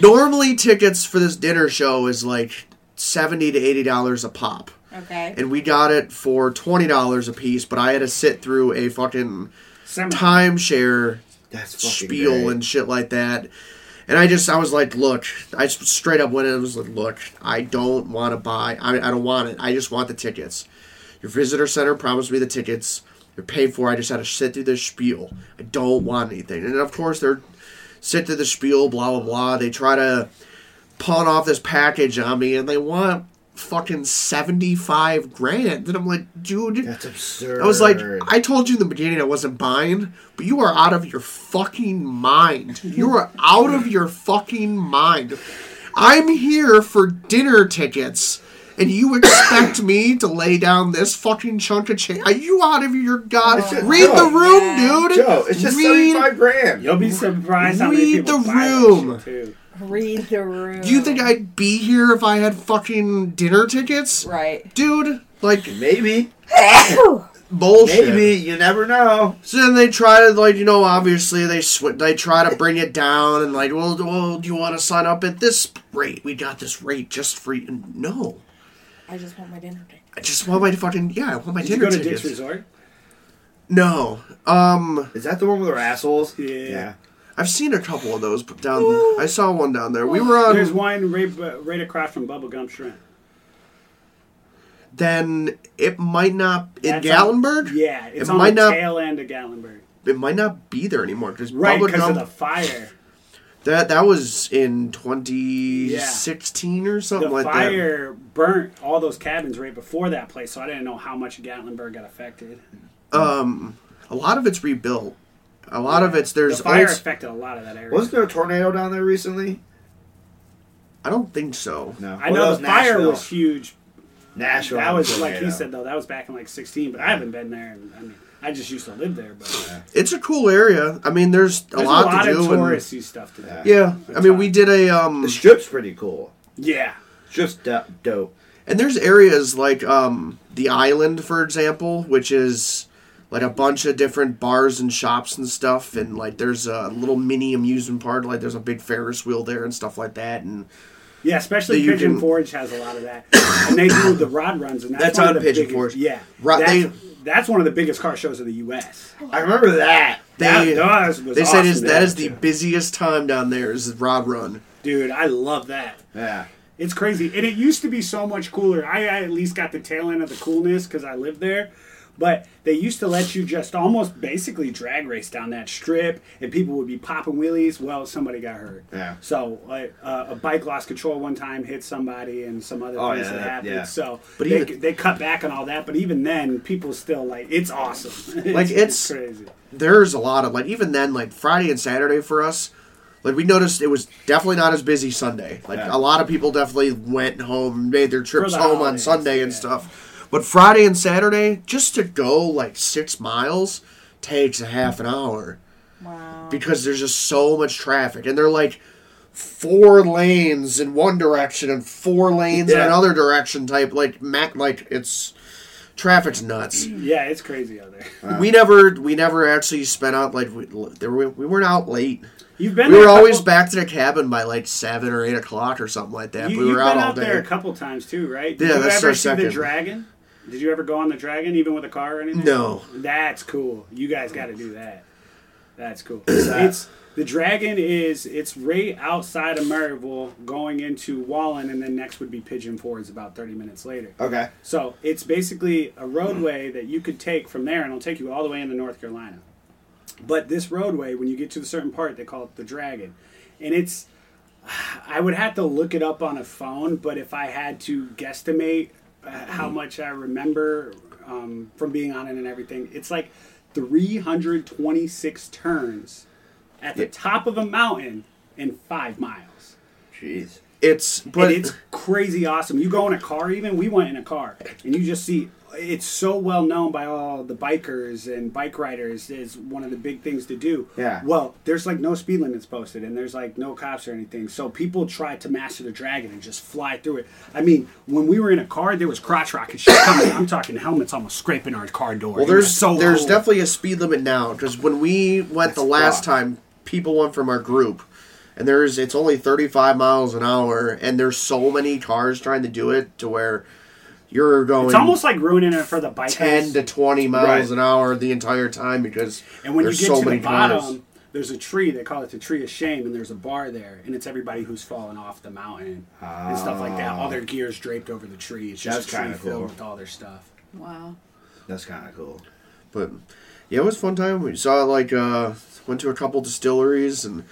B: Normally, tickets for this dinner show is like seventy to eighty dollars a pop,
C: Okay.
B: and we got it for twenty dollars a piece. But I had to sit through a fucking
D: Semi-
B: timeshare
A: That's fucking
B: spiel
A: great.
B: and shit like that. And I just, I was like, look, I s- straight up went in and was like, look, I don't want to buy, I, I don't want it. I just want the tickets. Your visitor center promised me the tickets. They're paid for. I just had to sit through this spiel. I don't want anything. And of course, they're sit through the spiel, blah, blah, blah. They try to pawn off this package on me and they want fucking 75 grand. And I'm like, dude,
A: That's absurd.
B: I was like, I told you in the beginning I wasn't buying, but you are out of your fucking mind. You are out of your fucking mind. I'm here for dinner tickets, and you expect me to lay down this fucking chunk of change? Are you out of your god?
A: It's just-
B: Read
A: Joe,
B: the room,
C: yeah.
B: dude.
A: Joe, it's just
B: Read-
A: seventy-five grand.
D: You'll be surprised how many
B: Read
D: people
B: the
D: buy that
B: room.
D: shit, too.
C: Read the room.
B: Do you think I'd be here if I had fucking dinner tickets,
C: Right.
B: dude? Like,
A: Maybe.
B: bullshit.
A: Maybe you never know.
B: So then they try to like you know obviously they sw- they try to bring it down and like well, well do you want to sign up at this rate? We got this rate just for you. No,
C: I just want my dinner date.
B: I just want my fucking yeah. I want my
D: Did you
B: dinner
D: go to
B: tickets.
D: Dick's Resort?
B: no, um,
A: Is that the one with their assholes?
D: Yeah.
B: I've seen a couple of those down. I saw one down there. We were
D: There's
B: on.
D: one right, uh, right across from Bubblegum Shrimp.
B: Then it might not in
D: That's on-
B: Gallenberg.
D: yeah, it's
B: it
D: on
B: might
D: the
B: not.
D: tail end of Gallenberg.
B: It might not be there anymore because
D: Right, because of the fire.
B: that that was in 2016 or something
D: The
B: like that.
D: fire burnt all those cabins right before that place, so I didn't know how much Gatlinburg got affected.
B: A lot of it's rebuilt. A lot of it's
D: The
B: there's
D: fire
B: old-
D: affected a lot of that area.
A: Wasn't there a tornado down there recently?
B: I don't think so.
A: No.
D: I
A: Well,
D: know
A: that
D: the fire
A: Nashville.
D: was huge.
A: Nashville.
D: That
A: had a
D: was like he
A: tornado.
D: said though. That was back in like sixteen, but I haven't been there. And, I mean, I just used to live there, but
B: It's a cool area. I mean, there's a
D: there's
B: lot
D: a lot
B: to
D: of
B: do. and,
D: touristy stuff to do.
A: Yeah.
B: yeah, I mean, we did a um,
A: The strip's pretty cool.
D: Yeah.
A: Strip's do- dope.
B: and there's areas like um, the island, for example, which is like a bunch of different bars and shops and stuff, and like there's a little mini amusement park. Like there's a big Ferris wheel there and stuff like that, and
D: Yeah, especially
B: That you
D: Pigeon
B: can-
D: Forge has a lot of that, and they do the rod runs, and that's,
B: That's
D: one
B: on
D: of the
B: Pigeon
D: biggest-
B: Forge.
D: Yeah,
B: Ro-
D: that's,
B: they-
D: that's one of the biggest car shows in the U.S.
A: I remember that.
B: they
D: that was, was
B: they
D: awesome
B: said is that
D: to
B: is the
D: watch.
B: busiest time down there is Rod Run.
D: dude. I love that.
A: Yeah.
D: It's crazy, and it used to be so much cooler. I, I at least got the tail end of the coolness because I lived there. But they used to let you just almost basically drag race down that strip, and people would be popping wheelies. Well, somebody got hurt.
A: Yeah.
D: So like, uh, a bike lost control one time, hit somebody, and some other
A: Oh,
D: things
A: yeah,
D: that
A: that-
D: happened.
A: yeah.
D: So
B: But
D: they,
B: even-
D: they cut back on all that. But even then, people still like it's awesome.
B: Like, it's-
D: crazy.
B: there's a lot of like even then like Friday and Saturday for us. Like we noticed it was definitely not as busy Sunday. Like
A: Yeah.
B: a lot of people definitely went home, made their trips
D: the
B: home
D: holidays,
B: on Sunday and
D: yeah.
B: stuff. But Friday and Saturday, just to go like six miles takes a half an hour
C: Wow.
B: because there's just so much traffic and they're like four lanes in one direction and four lanes
A: Yeah.
B: in another direction type like mac like it's traffic's nuts
D: Yeah, it's crazy out there.
B: we never we never actually spent out like we, there were, we weren't out late
D: You've been.
B: we
D: there a
B: were
D: couple-
B: always back to the cabin by like seven or eight o'clock or something like that
D: You,
B: we
D: have
B: were
D: been
B: out
D: out,
B: all
D: there a
B: day
D: couple times too, right?
B: Yeah,
D: Did
B: that's
D: you
B: our
D: ever see the
B: second.
D: dragon? Did you ever go on the dragon, even with a car or anything?
B: No.
D: That's cool. You guys got to do that. That's cool. it's the dragon is it's right outside of Maryville, going into Wallen, and then next would be Pigeon Forge, about thirty minutes later.
A: Okay.
D: So it's basically a roadway that you could take from there, and it'll take you all the way into North Carolina. But this roadway, when you get to a certain part, they call it the Dragon, and it's. I would have to look it up on a phone, but if I had to guesstimate uh, how much I remember um, from being on it and everything, it's like 326 turns at the top of a mountain in five miles
A: Jeez.
B: it's but
D: and it's crazy awesome. You go in a car, even we went in a car, and you just see it's so well known by all the bikers and bike riders is one of the big things to do.
A: Yeah.
D: Well, there's like no speed limits posted, and there's like no cops or anything, so people try to master the dragon and just fly through it. I mean, when we were in a car, there was crotch rocket shit coming. I'm talking helmets almost scraping our car door.
B: well
D: It was
B: there's
D: so
B: there's
D: cool.
B: definitely a speed limit now because when we went the last
A: rough.
B: time people went from our group and there's it's only 35 miles an hour and there's so many cars trying to do it to where you're going
D: It's almost like ruining it for the bikers.
B: 10 to 20 miles
A: Right.
B: an hour the entire time because
D: And when you
B: there's
D: get
B: so
D: to the
B: many
D: bottom,
B: cars.
D: there's a tree. They call it the tree of shame, and there's a bar there, and it's everybody who's fallen off the mountain and stuff like that. All their gear's draped over the tree. It's just
A: That's
D: a tree
A: kinda
D: filled
A: cool.
D: with all their stuff.
C: Wow.
A: That's kind of cool.
B: But yeah, it was a fun time. We saw like uh went to a couple distilleries and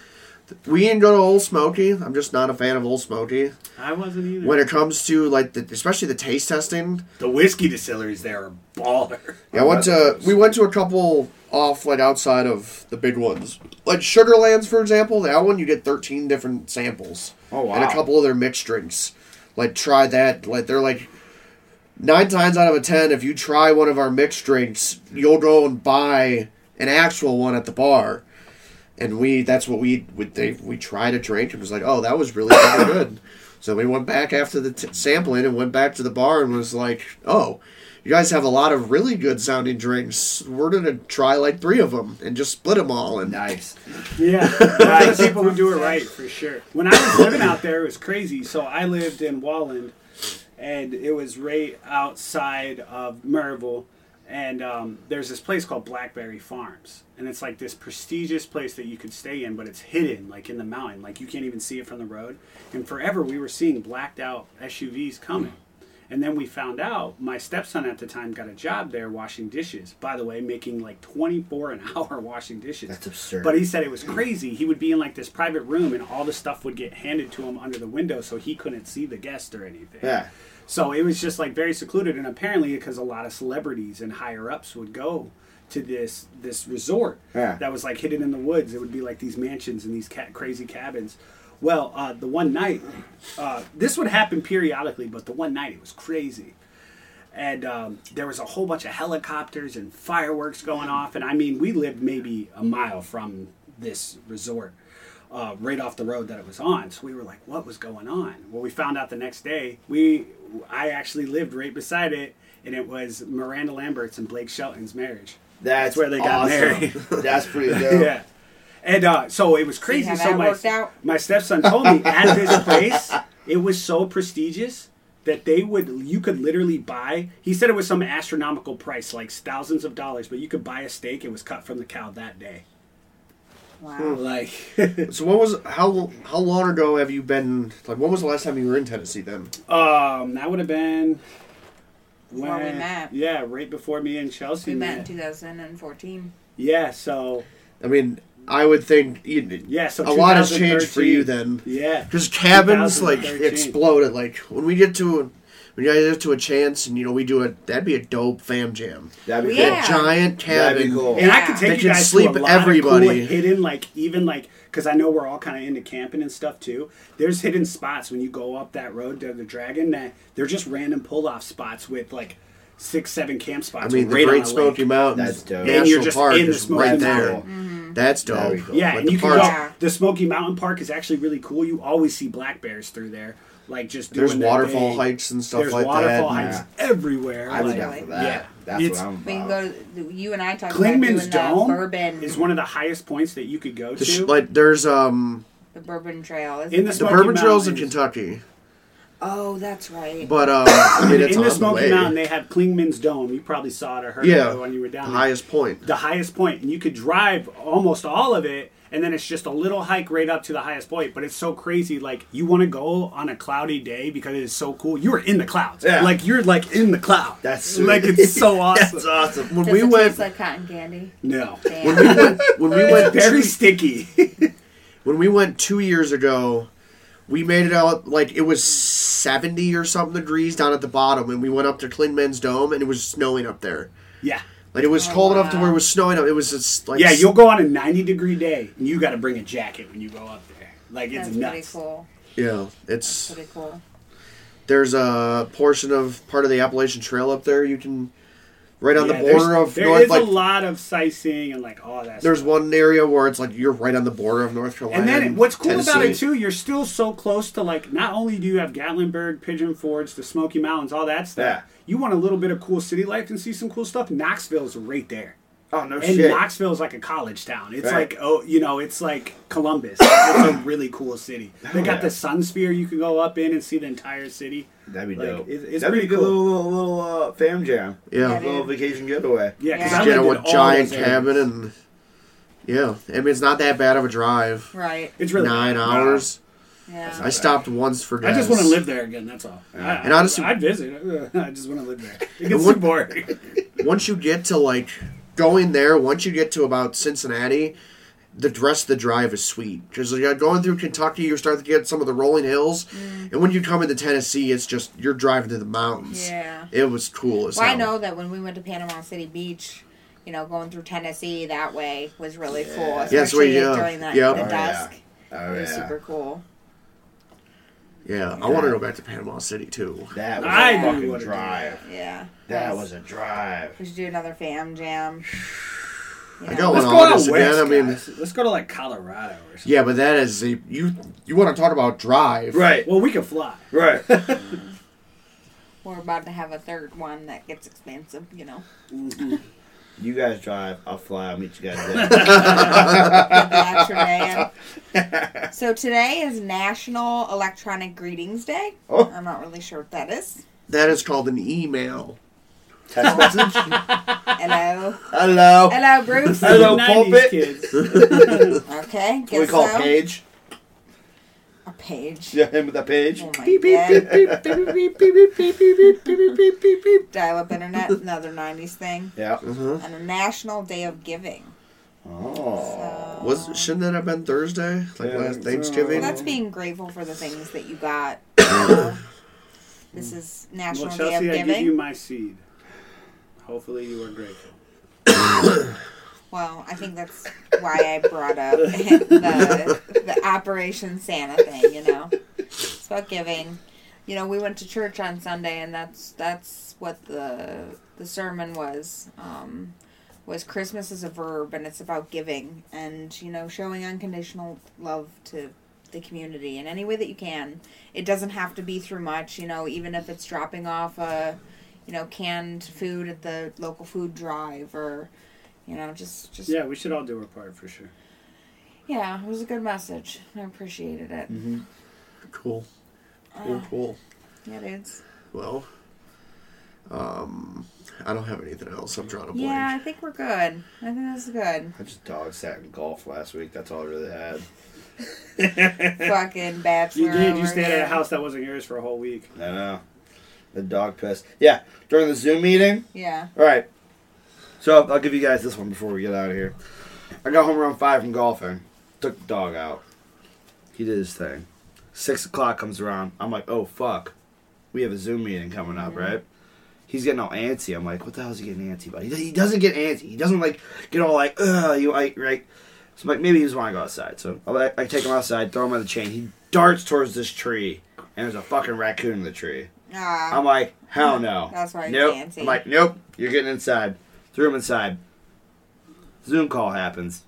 B: we didn't go to Old Smoky. I'm just not a fan of Old Smoky.
D: I wasn't either.
B: When it comes to like the, especially the taste testing.
D: the whiskey distilleries there are baller.
B: Yeah, I went to we went to a couple off like outside of the big ones. Like Sugarlands for example, that one you get 13 different samples.
A: Oh, wow.
B: And a couple of their mixed drinks. Like try that. Like they're like nine times out of ten, if you try one of our mixed drinks, you'll go and buy an actual one at the bar. And we, that's what we would. They we tried a drink and was like, oh, that was really fucking good. So we went back after the t- sampling and went back to the bar and was like, oh, you guys have a lot of really good sounding drinks. We're going to try like three of them and just split them all. And
A: Nice.
D: Yeah, right. people who do it right for sure. When I was living out there, it was crazy. So I lived in Walland, and it was right outside of Maryville. And um, there's this place called Blackberry Farms, and it's like this prestigious place that you could stay in, but it's hidden, like in the mountain, like you can't even see it from the road. And forever, we were seeing blacked out SUVs coming. And then we found out my stepson at the time got a job there washing dishes. By the way, making like 24 an hour washing dishes.
A: That's absurd.
D: But he said it was crazy. He would be in like this private room and all the stuff would get handed to him under the window so he couldn't see the guest or anything.
A: Yeah.
D: So it was just like very secluded and apparently because a lot of celebrities and higher ups would go to this this resort
A: Yeah.
D: that was like hidden in the woods. It would be like these mansions and these ca- crazy cabins. Well, uh, the one night, uh, this would happen periodically, but the one night it was crazy and um, there was a whole bunch of helicopters and fireworks going off. And I mean, we lived maybe a mile from this resort, uh, right off the road that it was on. So we were like, "What was going on?" Well, we found out the next day. We, I actually lived right beside it, and it was Miranda Lambert's and Blake Shelton's marriage.
A: That's
D: where they got
A: awesome.
D: married.
A: That's pretty dope.
D: Yeah. And uh, so it was crazy.
C: how
D: so
C: that
D: my,
C: worked out?
D: my stepson told me at this place, it was so prestigious that they would you could literally buy. He said it was some astronomical price, like thousands of dollars, but you could buy a steak. It was cut from the cow that day.
C: Wow.
D: Like
B: so what was, how, how long ago have you been, like, when was the last time you were in Tennessee then?
D: um, that would have been
C: Before we met.
D: Yeah, right before me and Chelsea
C: We met in
D: met.
C: 2014.
D: Yeah. So
B: I mean, I would think you-
D: yeah. So
B: a lot has changed for
D: 2013.
B: you then.
D: Yeah.
B: Because cabins like
D: 2013.
B: exploded. Like when we get to a, when you guys get to a chance, and you know we do a that'd be a dope fam jam.
A: That'd be
C: Yeah.
A: cool.
B: Giant
A: That'd be
B: cabin.
A: cool.
D: And I
C: Yeah.
D: can take
B: Oh, They
D: you
B: can
D: guys
B: sleep
D: to a lot everybody.
B: everybody.
D: hidden, like even like because I know we're all kind of into camping and stuff too. There's hidden spots when you go up that road to the Dragon that they're just random pull off spots with like six, seven camp
B: I
D: spots.
B: mean, the
D: right
B: Great
D: on a
B: Smoky
D: lake.
B: Mountains
A: That's dope. And
B: National
D: you're just
B: Park
D: in the
B: is
D: Smoky
B: right there.
C: Mm-hmm.
B: That's
A: That'd be
B: dope.
A: cool.
D: Yeah,
B: Like,
D: and
B: the
D: you can
B: park-
C: Yeah.
D: go. The Smoky Mountain Park is actually really cool. You always see black bears through there, like just doing
B: There's
D: their
B: waterfall
D: thing.
B: hikes and stuff
D: There's
B: like that.
D: waterfall
A: and-
D: hikes everywhere.
A: I was
D: like-
A: down for that.
D: Yeah.
A: That's
D: It's-
A: what I'm about.
C: We can go to, you and I talked about doing
D: Klingman's
C: the
D: Dome
C: bourbon,
D: is one of the highest points that you could go
B: The sh-
D: to.
B: like there's um
C: the bourbon trail. Isn't
D: in the,
C: it?
B: the
D: Smoky
B: bourbon trails in
D: Mountains.
B: Kentucky,
C: oh, that's right.
B: but um I mean, it's
D: in
B: on
D: the
B: the
D: Smoky
B: way.
D: Mountain, they have Klingman's Dome. You probably saw it or heard
B: yeah,
D: of it when you were down
B: the
D: there.
B: highest point.
D: The highest point, and you could drive almost all of it, and then it's just a little hike right up to the highest point. But it's so crazy, like you want to go on a cloudy day because it is so cool. You are in the clouds,
A: Yeah.
D: like you're like in the cloud.
A: That's sweet.
D: like it's so awesome.
A: That's awesome.
B: When
C: Does
B: we
C: it
B: went,
C: taste like cotton candy?
D: No,
C: Damn.
B: when we went
D: very
B: to-
D: sticky.
B: when we went two years ago, we made it out like it was seventy or something degrees down at the bottom, and we went up to Klingman's Dome, and it was snowing up there.
D: yeah,
B: Like it was cold enough to
C: wow.
B: where it was snowing up. It was just like
D: yeah. You'll go on a 90 degree day, and you got to bring a jacket when you go up there. Like
C: That's
D: it's
C: pretty
D: nuts.
C: cool.
B: yeah. It's
C: Pretty cool.
B: there's a portion of part of the Appalachian Trail up there. You can right on
D: Yeah,
B: the
D: there's-
B: border of
D: there
B: North.
D: is
B: Like
D: a lot of sightseeing and like all that.
B: there's
D: stuff.
B: one area where it's like you're right on the border of North Carolina.
D: And then it- what's cool about it
B: Tennessee.
D: too, you're still so close to like not only do you have Gatlinburg, Pigeon Forge, the Smoky Mountains, all that stuff.
A: Yeah.
D: You want a little bit of cool city life and see some cool stuff. Knoxville's right there.
A: Oh no
D: And
A: shit.
D: Knoxville's like a college town. It's
A: Right.
D: like oh, you know, it's like Columbus. it's a really cool city. They got
A: yeah.
D: the Sun Sphere you can go up in and see the entire city.
A: That'd be
D: Like,
A: dope.
D: it- it's
A: That'd be
D: pretty
A: a good
D: cool.
A: little little, little uh, fam jam.
B: Yeah.
C: Yeah,
A: little vacation getaway.
D: Yeah, because
C: Yeah.
D: I
B: Get
D: lived in
B: a
D: all
B: giant
D: those areas.
B: cabin and yeah, I mean it's not that bad of a drive.
C: Right.
D: It's really
B: nine hours.
C: Yeah.
B: I stopped once for
D: I
B: gas.
D: just want to live there again. That's all. I,
B: And honestly-
D: I'd visit. I just want to live there. It gets
B: would-
D: too boring.
B: Once you get to like going there, once you get to about Cincinnati, the rest of the drive is sweet because you're going through Kentucky, you start to get some of the rolling hills, and when you come into Tennessee, it's just you're driving to the mountains.
C: Yeah.
B: it was cool as
C: Well, I
B: hell.
C: know that when we went to Panama City Beach, you know, going through Tennessee that way was really cool.
A: Yeah.
C: Especially
B: Yes, we- yeah.
C: during that,
B: Yep.
C: the
B: Oh,
A: yeah.
C: dusk.
A: Oh
C: It was
A: yeah.
C: super cool.
B: Yeah, I want to go back to Panama City too.
A: That was
D: I
A: a
D: knew
A: fucking
D: what it
A: drive.
C: Yeah.
A: That
C: Yes.
A: was a drive.
C: We should do another fam jam. You
B: I
C: know?
B: got one
D: Let's
B: on
D: go out
B: holidays
D: west.
B: again. I mean,
D: guys. Let's go to like Colorado or something.
B: yeah, but that is a you. You want to talk about drive?
A: Right.
D: Well, we can fly.
A: Right.
C: We're about to have a third one that gets expensive, you know.
A: You guys drive. I'll fly. I'll meet you guys there.
C: That's your man. so today is National Electronic Greetings Day.
A: Oh.
C: I'm not really sure what that is.
B: That is called an email.
A: Text message.
C: Hello.
A: Hello.
C: Hello, Bruce.
A: Hello,
D: 90s
A: pulpit.
D: Kids.
C: Okay. Guess
A: we call
C: so.
A: Paige.
C: A page.
A: Yeah, him with a page.
C: Oh my
B: Beep beep
C: God.
B: beep beep beep beep beep beep beep beep beep beep beep beep beep.
C: Dial up internet, another 90s thing.
A: Yeah.
B: Uh-huh.
C: And a National Day of Giving.
A: Oh.
B: Was shouldn't that have been Thursday, like
A: Yeah.
B: last Thanksgiving?
C: Well, that's being grateful for the things that you got. you know. this is National
D: Well,
C: Day of
D: Chelsea, I give
C: Giving.
D: you my seed. Hopefully, you are grateful.
C: Well, I think that's why I brought up the, the Operation Santa thing, you know. It's about giving. You know, we went to church on Sunday, and that's that's what the the sermon was. Um, was Christmas is a verb, and it's about giving, and you know, showing unconditional love to the community in any way that you can. It doesn't have to be through much, you know, even if it's dropping off a, you know, canned food at the local food drive or, you know, just just
D: Yeah, we should all do our part for sure.
C: yeah, it was a good message. I appreciated it.
B: Mm. Cool, cool, cool.
C: Yeah, dudes.
B: Well, um, I don't have anything else. I'm drawing a blank.
C: Yeah, I think we're good. I think that's good.
A: I just dog sat and golf last week. That's all I really had.
C: Fucking bachelor.
D: You did. You
C: over
D: stayed at
C: here.
D: a house that wasn't yours for a whole week.
A: I know. The dog pissed. Yeah, during the Zoom meeting.
C: Yeah.
A: All right. So I'll give you guys this one before we get out of here. I got home around five from golfing. Took the dog out. He did his thing. Six o'clock comes around. I'm like, oh fuck, we have a Zoom meeting coming up, right? He's getting all antsy. I'm like, what the hell is he getting antsy about? He, he doesn't get antsy. He doesn't like get all like, ugh, you like, right? So I'm like, maybe he just want to go outside. So I, like- I take him outside, throw him on the chain. He darts towards this tree, and there's a fucking raccoon in the tree.
C: Ah.
A: I'm like, hell no.
C: That's why it's
A: nope.
C: fancy.
A: I'm like, nope, you're getting inside. Threw him inside. Zoom call happens.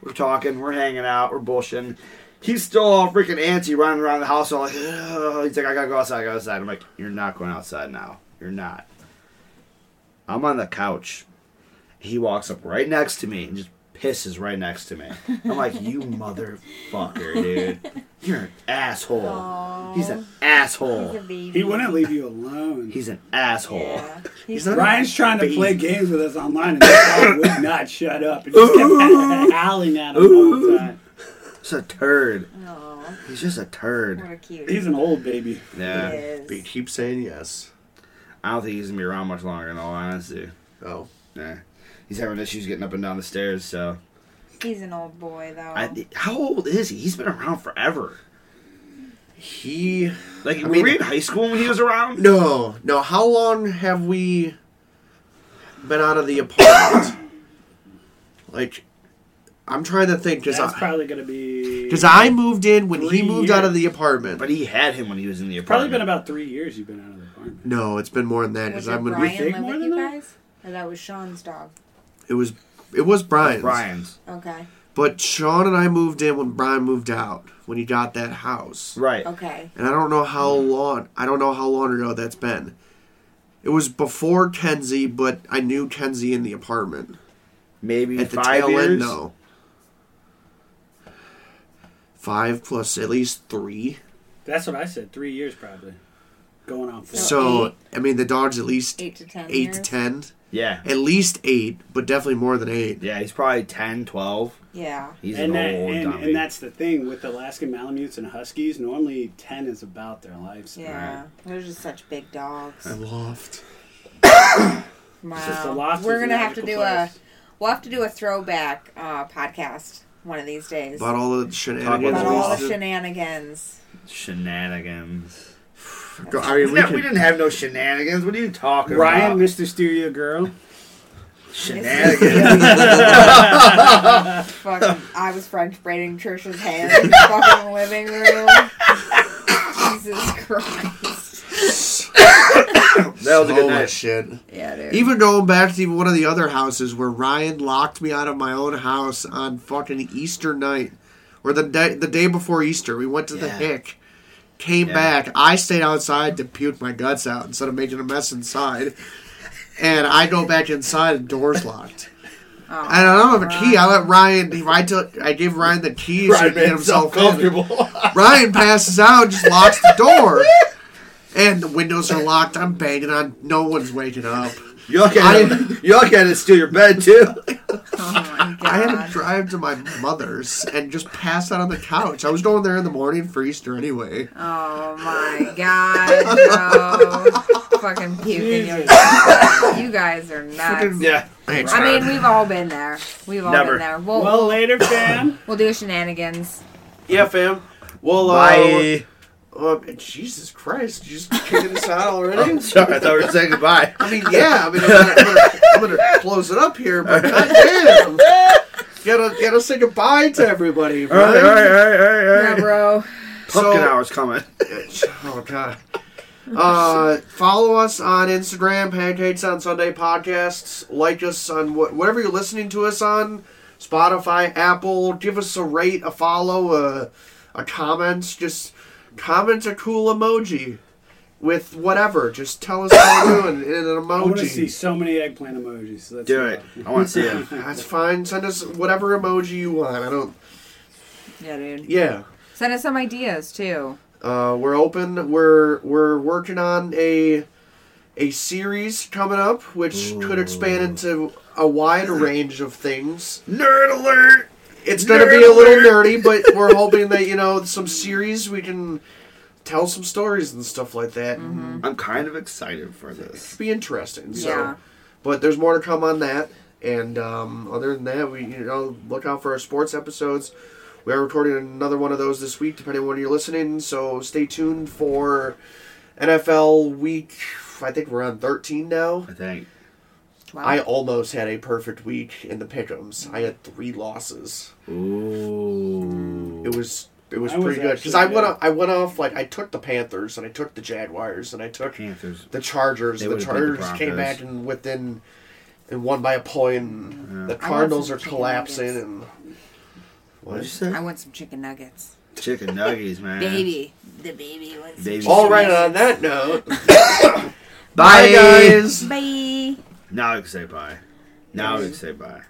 A: We're talking, we're hanging out, we're bullshitting. He's still all freaking antsy running around the house all like, Ugh. he's like, I gotta go outside, I gotta go outside. I'm like, you're not going outside now. You're not. I'm on the couch. He walks up right next to me and just pisses right next to me. I'm like, you motherfucker, dude. You're an asshole.
C: Aw.
A: He's an
C: He's a
A: asshole.
C: baby.
D: He wouldn't leave you alone.
A: He's an asshole.
C: Yeah.
A: He's
C: He's
A: not-
D: Ryan's trying to
A: Baby.
D: play games with us online, and this dog would not shut up. And just kept howling at him all the time.
A: He's a turd.
C: Aw,
A: He's just a
C: Oh, what
A: turd.
C: a cutie.
D: He's an old baby.
A: Yeah.
C: He is.
B: They keep saying yes.
A: I don't think he's gonna be around much longer. In all honesty,
B: Oh,
A: nah. He's having issues getting up and down the stairs. So,
C: He's an old boy though.
A: I, how old is he? He's been around forever.
B: he
A: Like, were
B: mean-
A: we in high school when he was around?
B: no no. How long have we been out of the apartment? like, I'm trying to think because
D: That's
B: I
D: probably going to be.
B: because I moved in when he
D: Three
B: moved out of
D: years.
B: the apartment.
A: But he had him when he was in the
D: Probably
A: apartment.
D: been about three years you've been out of the apartment.
B: no, it's been more than that.
C: was
B: Because
C: it
B: I'm gonna
C: Brian
B: be.
D: think
C: live
D: more
C: with
D: than
C: you
D: that?
C: guys? Or that was Sean's dog.
B: It was it was Brian's.
A: Brian's.
C: Okay.
B: But Sean and I moved in when Brian moved out when he got that house.
A: Right.
C: Okay.
B: And I don't know how long I don't know how long ago that's been. It was before Kenzie, but I knew Kenzie in the apartment.
A: Maybe
B: At the
A: five
B: tail
A: years.
B: end no. Five plus at least three.
D: That's what I said. Three years probably. Going on four.
B: So
C: eight.
B: I mean the dog's at least
C: Eight to ten.
B: eight to
C: years?
B: ten.
A: Yeah.
B: At least eight, but definitely more than eight.
A: Yeah. He's probably 10, 12.
C: Yeah.
A: He's
D: and,
A: an
D: that,
A: old
D: and,
A: dummy.
D: and that's the thing with Alaskan Malamutes and Huskies. Normally, 10 is about their lifespan.
C: Yeah. They're just such big dogs.
B: I loft.
D: Just the
C: Wow.
D: loft
C: We're
D: is a
C: gonna have to do
D: magical
C: a
D: place.
C: we'll have to do a throwback uh, podcast one of these days.
B: About all the shenanigans.
C: About all
A: Lost
C: the shenanigans.
A: shenanigans.
B: Go- I mean, we
A: Yeah, we
B: could,
A: didn't have no shenanigans. What are you talking
D: Ryan,
A: about?
D: Mr. Studio Girl.
A: Shenanigans.
C: Fucking, I was French braiding Trisha's hair in the fucking living room. Jesus Christ.
A: That was
F: so
A: a good night.
F: much shit.
C: Yeah, dude.
F: Even going back to even one of the other houses where Ryan locked me out of my own house on fucking Easter night, or the day the day before Easter, we went to the
B: Yeah.
F: Hick, came
A: Yeah.
F: back. I stayed outside to puke my guts out instead of making a mess inside, and I go back inside and doors locked.
C: oh,
F: And I don't have a key. I let Ryan. he- I took. I gave Ryan the keys so he
A: Ryan
F: could get
A: made
F: himself
A: himself
F: in.
A: comfortable.
F: Ryan passes out, just locks the door, and the windows are locked. I'm banging on. No one's waking up.
A: y'all can y'all can steal your bed too.
C: oh my
F: I had to
C: god.
F: drive to my mother's and just pass out on the couch. I was going there in the morning for Easter anyway.
C: Oh my god, bro. Fucking puking. your- You guys are nuts.
A: yeah.
F: Thanks,
C: I
F: man.
C: mean, we've all been there. We've all
A: Never.
C: been there. We'll,
D: Well, later, fam.
C: we'll do shenanigans.
B: Yeah, fam. Well, uh,
A: Bye.
B: uh, Jesus Christ, you just kicking us out already?
A: Sorry, I thought we were saying goodbye.
B: I mean, yeah. I mean, I'm gonna, I'm gonna, I'm gonna close it up here, but goddamn, gotta gotta say goodbye to everybody.
A: All right, all
B: right?
A: right, all right, all right.
C: Yeah, bro.
A: Pumpkin
B: So-
A: hour's coming.
B: Oh god. Uh, follow us on Instagram, Pancakes on Sunday podcasts. Like us on what, whatever you're listening to us on, Spotify, Apple. Give us a rate, a follow, a a comment. Just comment a cool emoji with whatever. Just tell us what you're doing in an
D: I want to see
B: emoji.
D: so many eggplant emojis. So let's
A: Do it. I want to see him.
B: That's fine. Send us whatever emoji you want. I don't.
C: Yeah, dude.
B: Yeah.
C: Send us some ideas too.
B: Uh, we're open. We're we're working on a a series coming up, which could expand into a wide range of things.
A: Nerd alert!
B: It's gonna be a little nerdy, but we're hoping that you know some series we can tell some stories and stuff like that. and
A: I'm kind of excited for this.
B: Be interesting. So,
C: Yeah.
B: but there's more to come on that. And um, other than that, we you know look out for our sports episodes. We are recording another one of those this week, depending on when you're listening. So stay tuned for NFL week. I think we're on 13 now.
A: I think.
C: Well,
B: I almost had a perfect week in the pickems. I had three losses.
A: Ooh.
B: It was it was
D: I was
B: pretty good because
D: actually
B: I went
D: good.
B: off, I went off like I took the Panthers and I took the Jaguars and I took
A: Panthers.
B: the Chargers.
A: They
B: and the
A: would've beat the
B: Chargers came back
A: Broncos.
B: and within and won by a point. And The
C: some
B: Cardinals are
C: chicken
B: collapsing.
C: nuggets.
B: And
A: What'd you say?
C: I want some chicken nuggets.
A: Chicken nuggies, man.
C: Baby. The baby wants some
A: Baby.
C: chicken
B: all right, on
C: nuggets.
B: that note,
A: Bye,
B: guys.
C: Bye.
A: Now I can say bye. Now I can say bye.